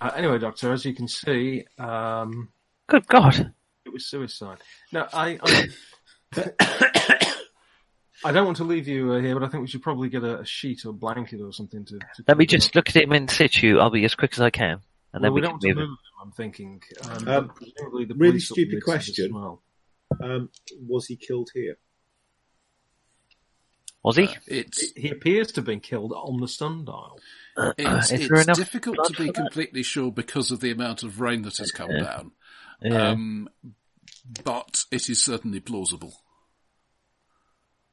Uh, anyway, Doctor, as you can see, um,
Good God.
It was suicide. No, I. I (coughs) I don't want to leave you uh, here, but I think we should probably get a, a sheet or blanket or something to. to
Let me
cover
just
that.
look at him in situ. I'll be as quick as I can,
Well,
and then
we,
we,
don't want to
can
move him.
move.
I'm thinking. Um,
Um,
but presumably the
really
police will
stupid
be interested
question.
As well.
Um, was he killed here?
Was he?
Uh, It's
He appears to have been killed on the sundial.
it's,
Uh, is there
it's
enough
difficult
blood
to be
for that?
completely sure because of the amount of rain that has come down,
Yeah.
um, but it is certainly plausible.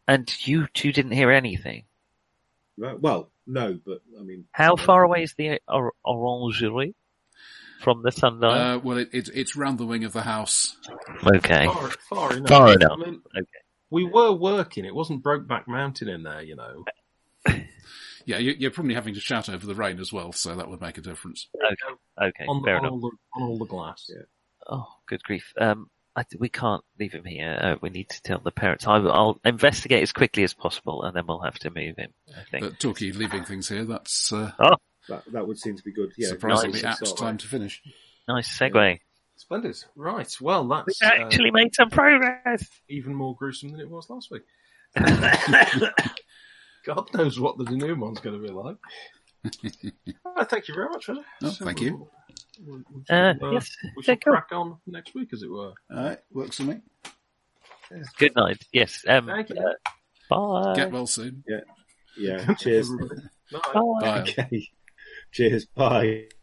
and you two didn't hear anything.
Right. Uh, Well, no, but I mean,
How far away is the or- orangery from the sundial?
Uh, well, it, it, it's round the wing of the house.
okay.
Far, far enough.
Far enough.
I mean,
Okay.
we were working. It wasn't Brokeback Mountain in there, you know.
Yeah, you, you're probably having to shout over the rain as well, so that would make a difference.
Okay.
On, the,
fair
on,
enough.
all the, on all the glass.
Yeah.
Oh, good grief. Um, I, th- we can't leave him here. Uh, we need to tell the parents. I, I'll investigate as quickly as possible, and then we'll have to move him. I think.
But talking leaving things here, that's uh,
that that would seem to be good. Yeah,
surprisingly
nice.
apt time to finish.
nice segue.
Splendid. Right. Well,
We
that's uh,
actually made some progress.
even more gruesome than it was last
(coughs)
week. God knows what the denouement's going to be like. Uh, thank you very much, Roger.
No, Oh, thank you.
We'll, we'll,
Uh,
we'll, uh,
yes.
we shall
take care.
crack on next week, as it were.
All right, works for me.
Good night. Yes. Um,
Thank you.
uh, bye.
Get well soon.
Yeah. Cheers.
Everybody. Night.
(laughs)
bye.
(laughs)
Bye.
okay. Cheers. Bye.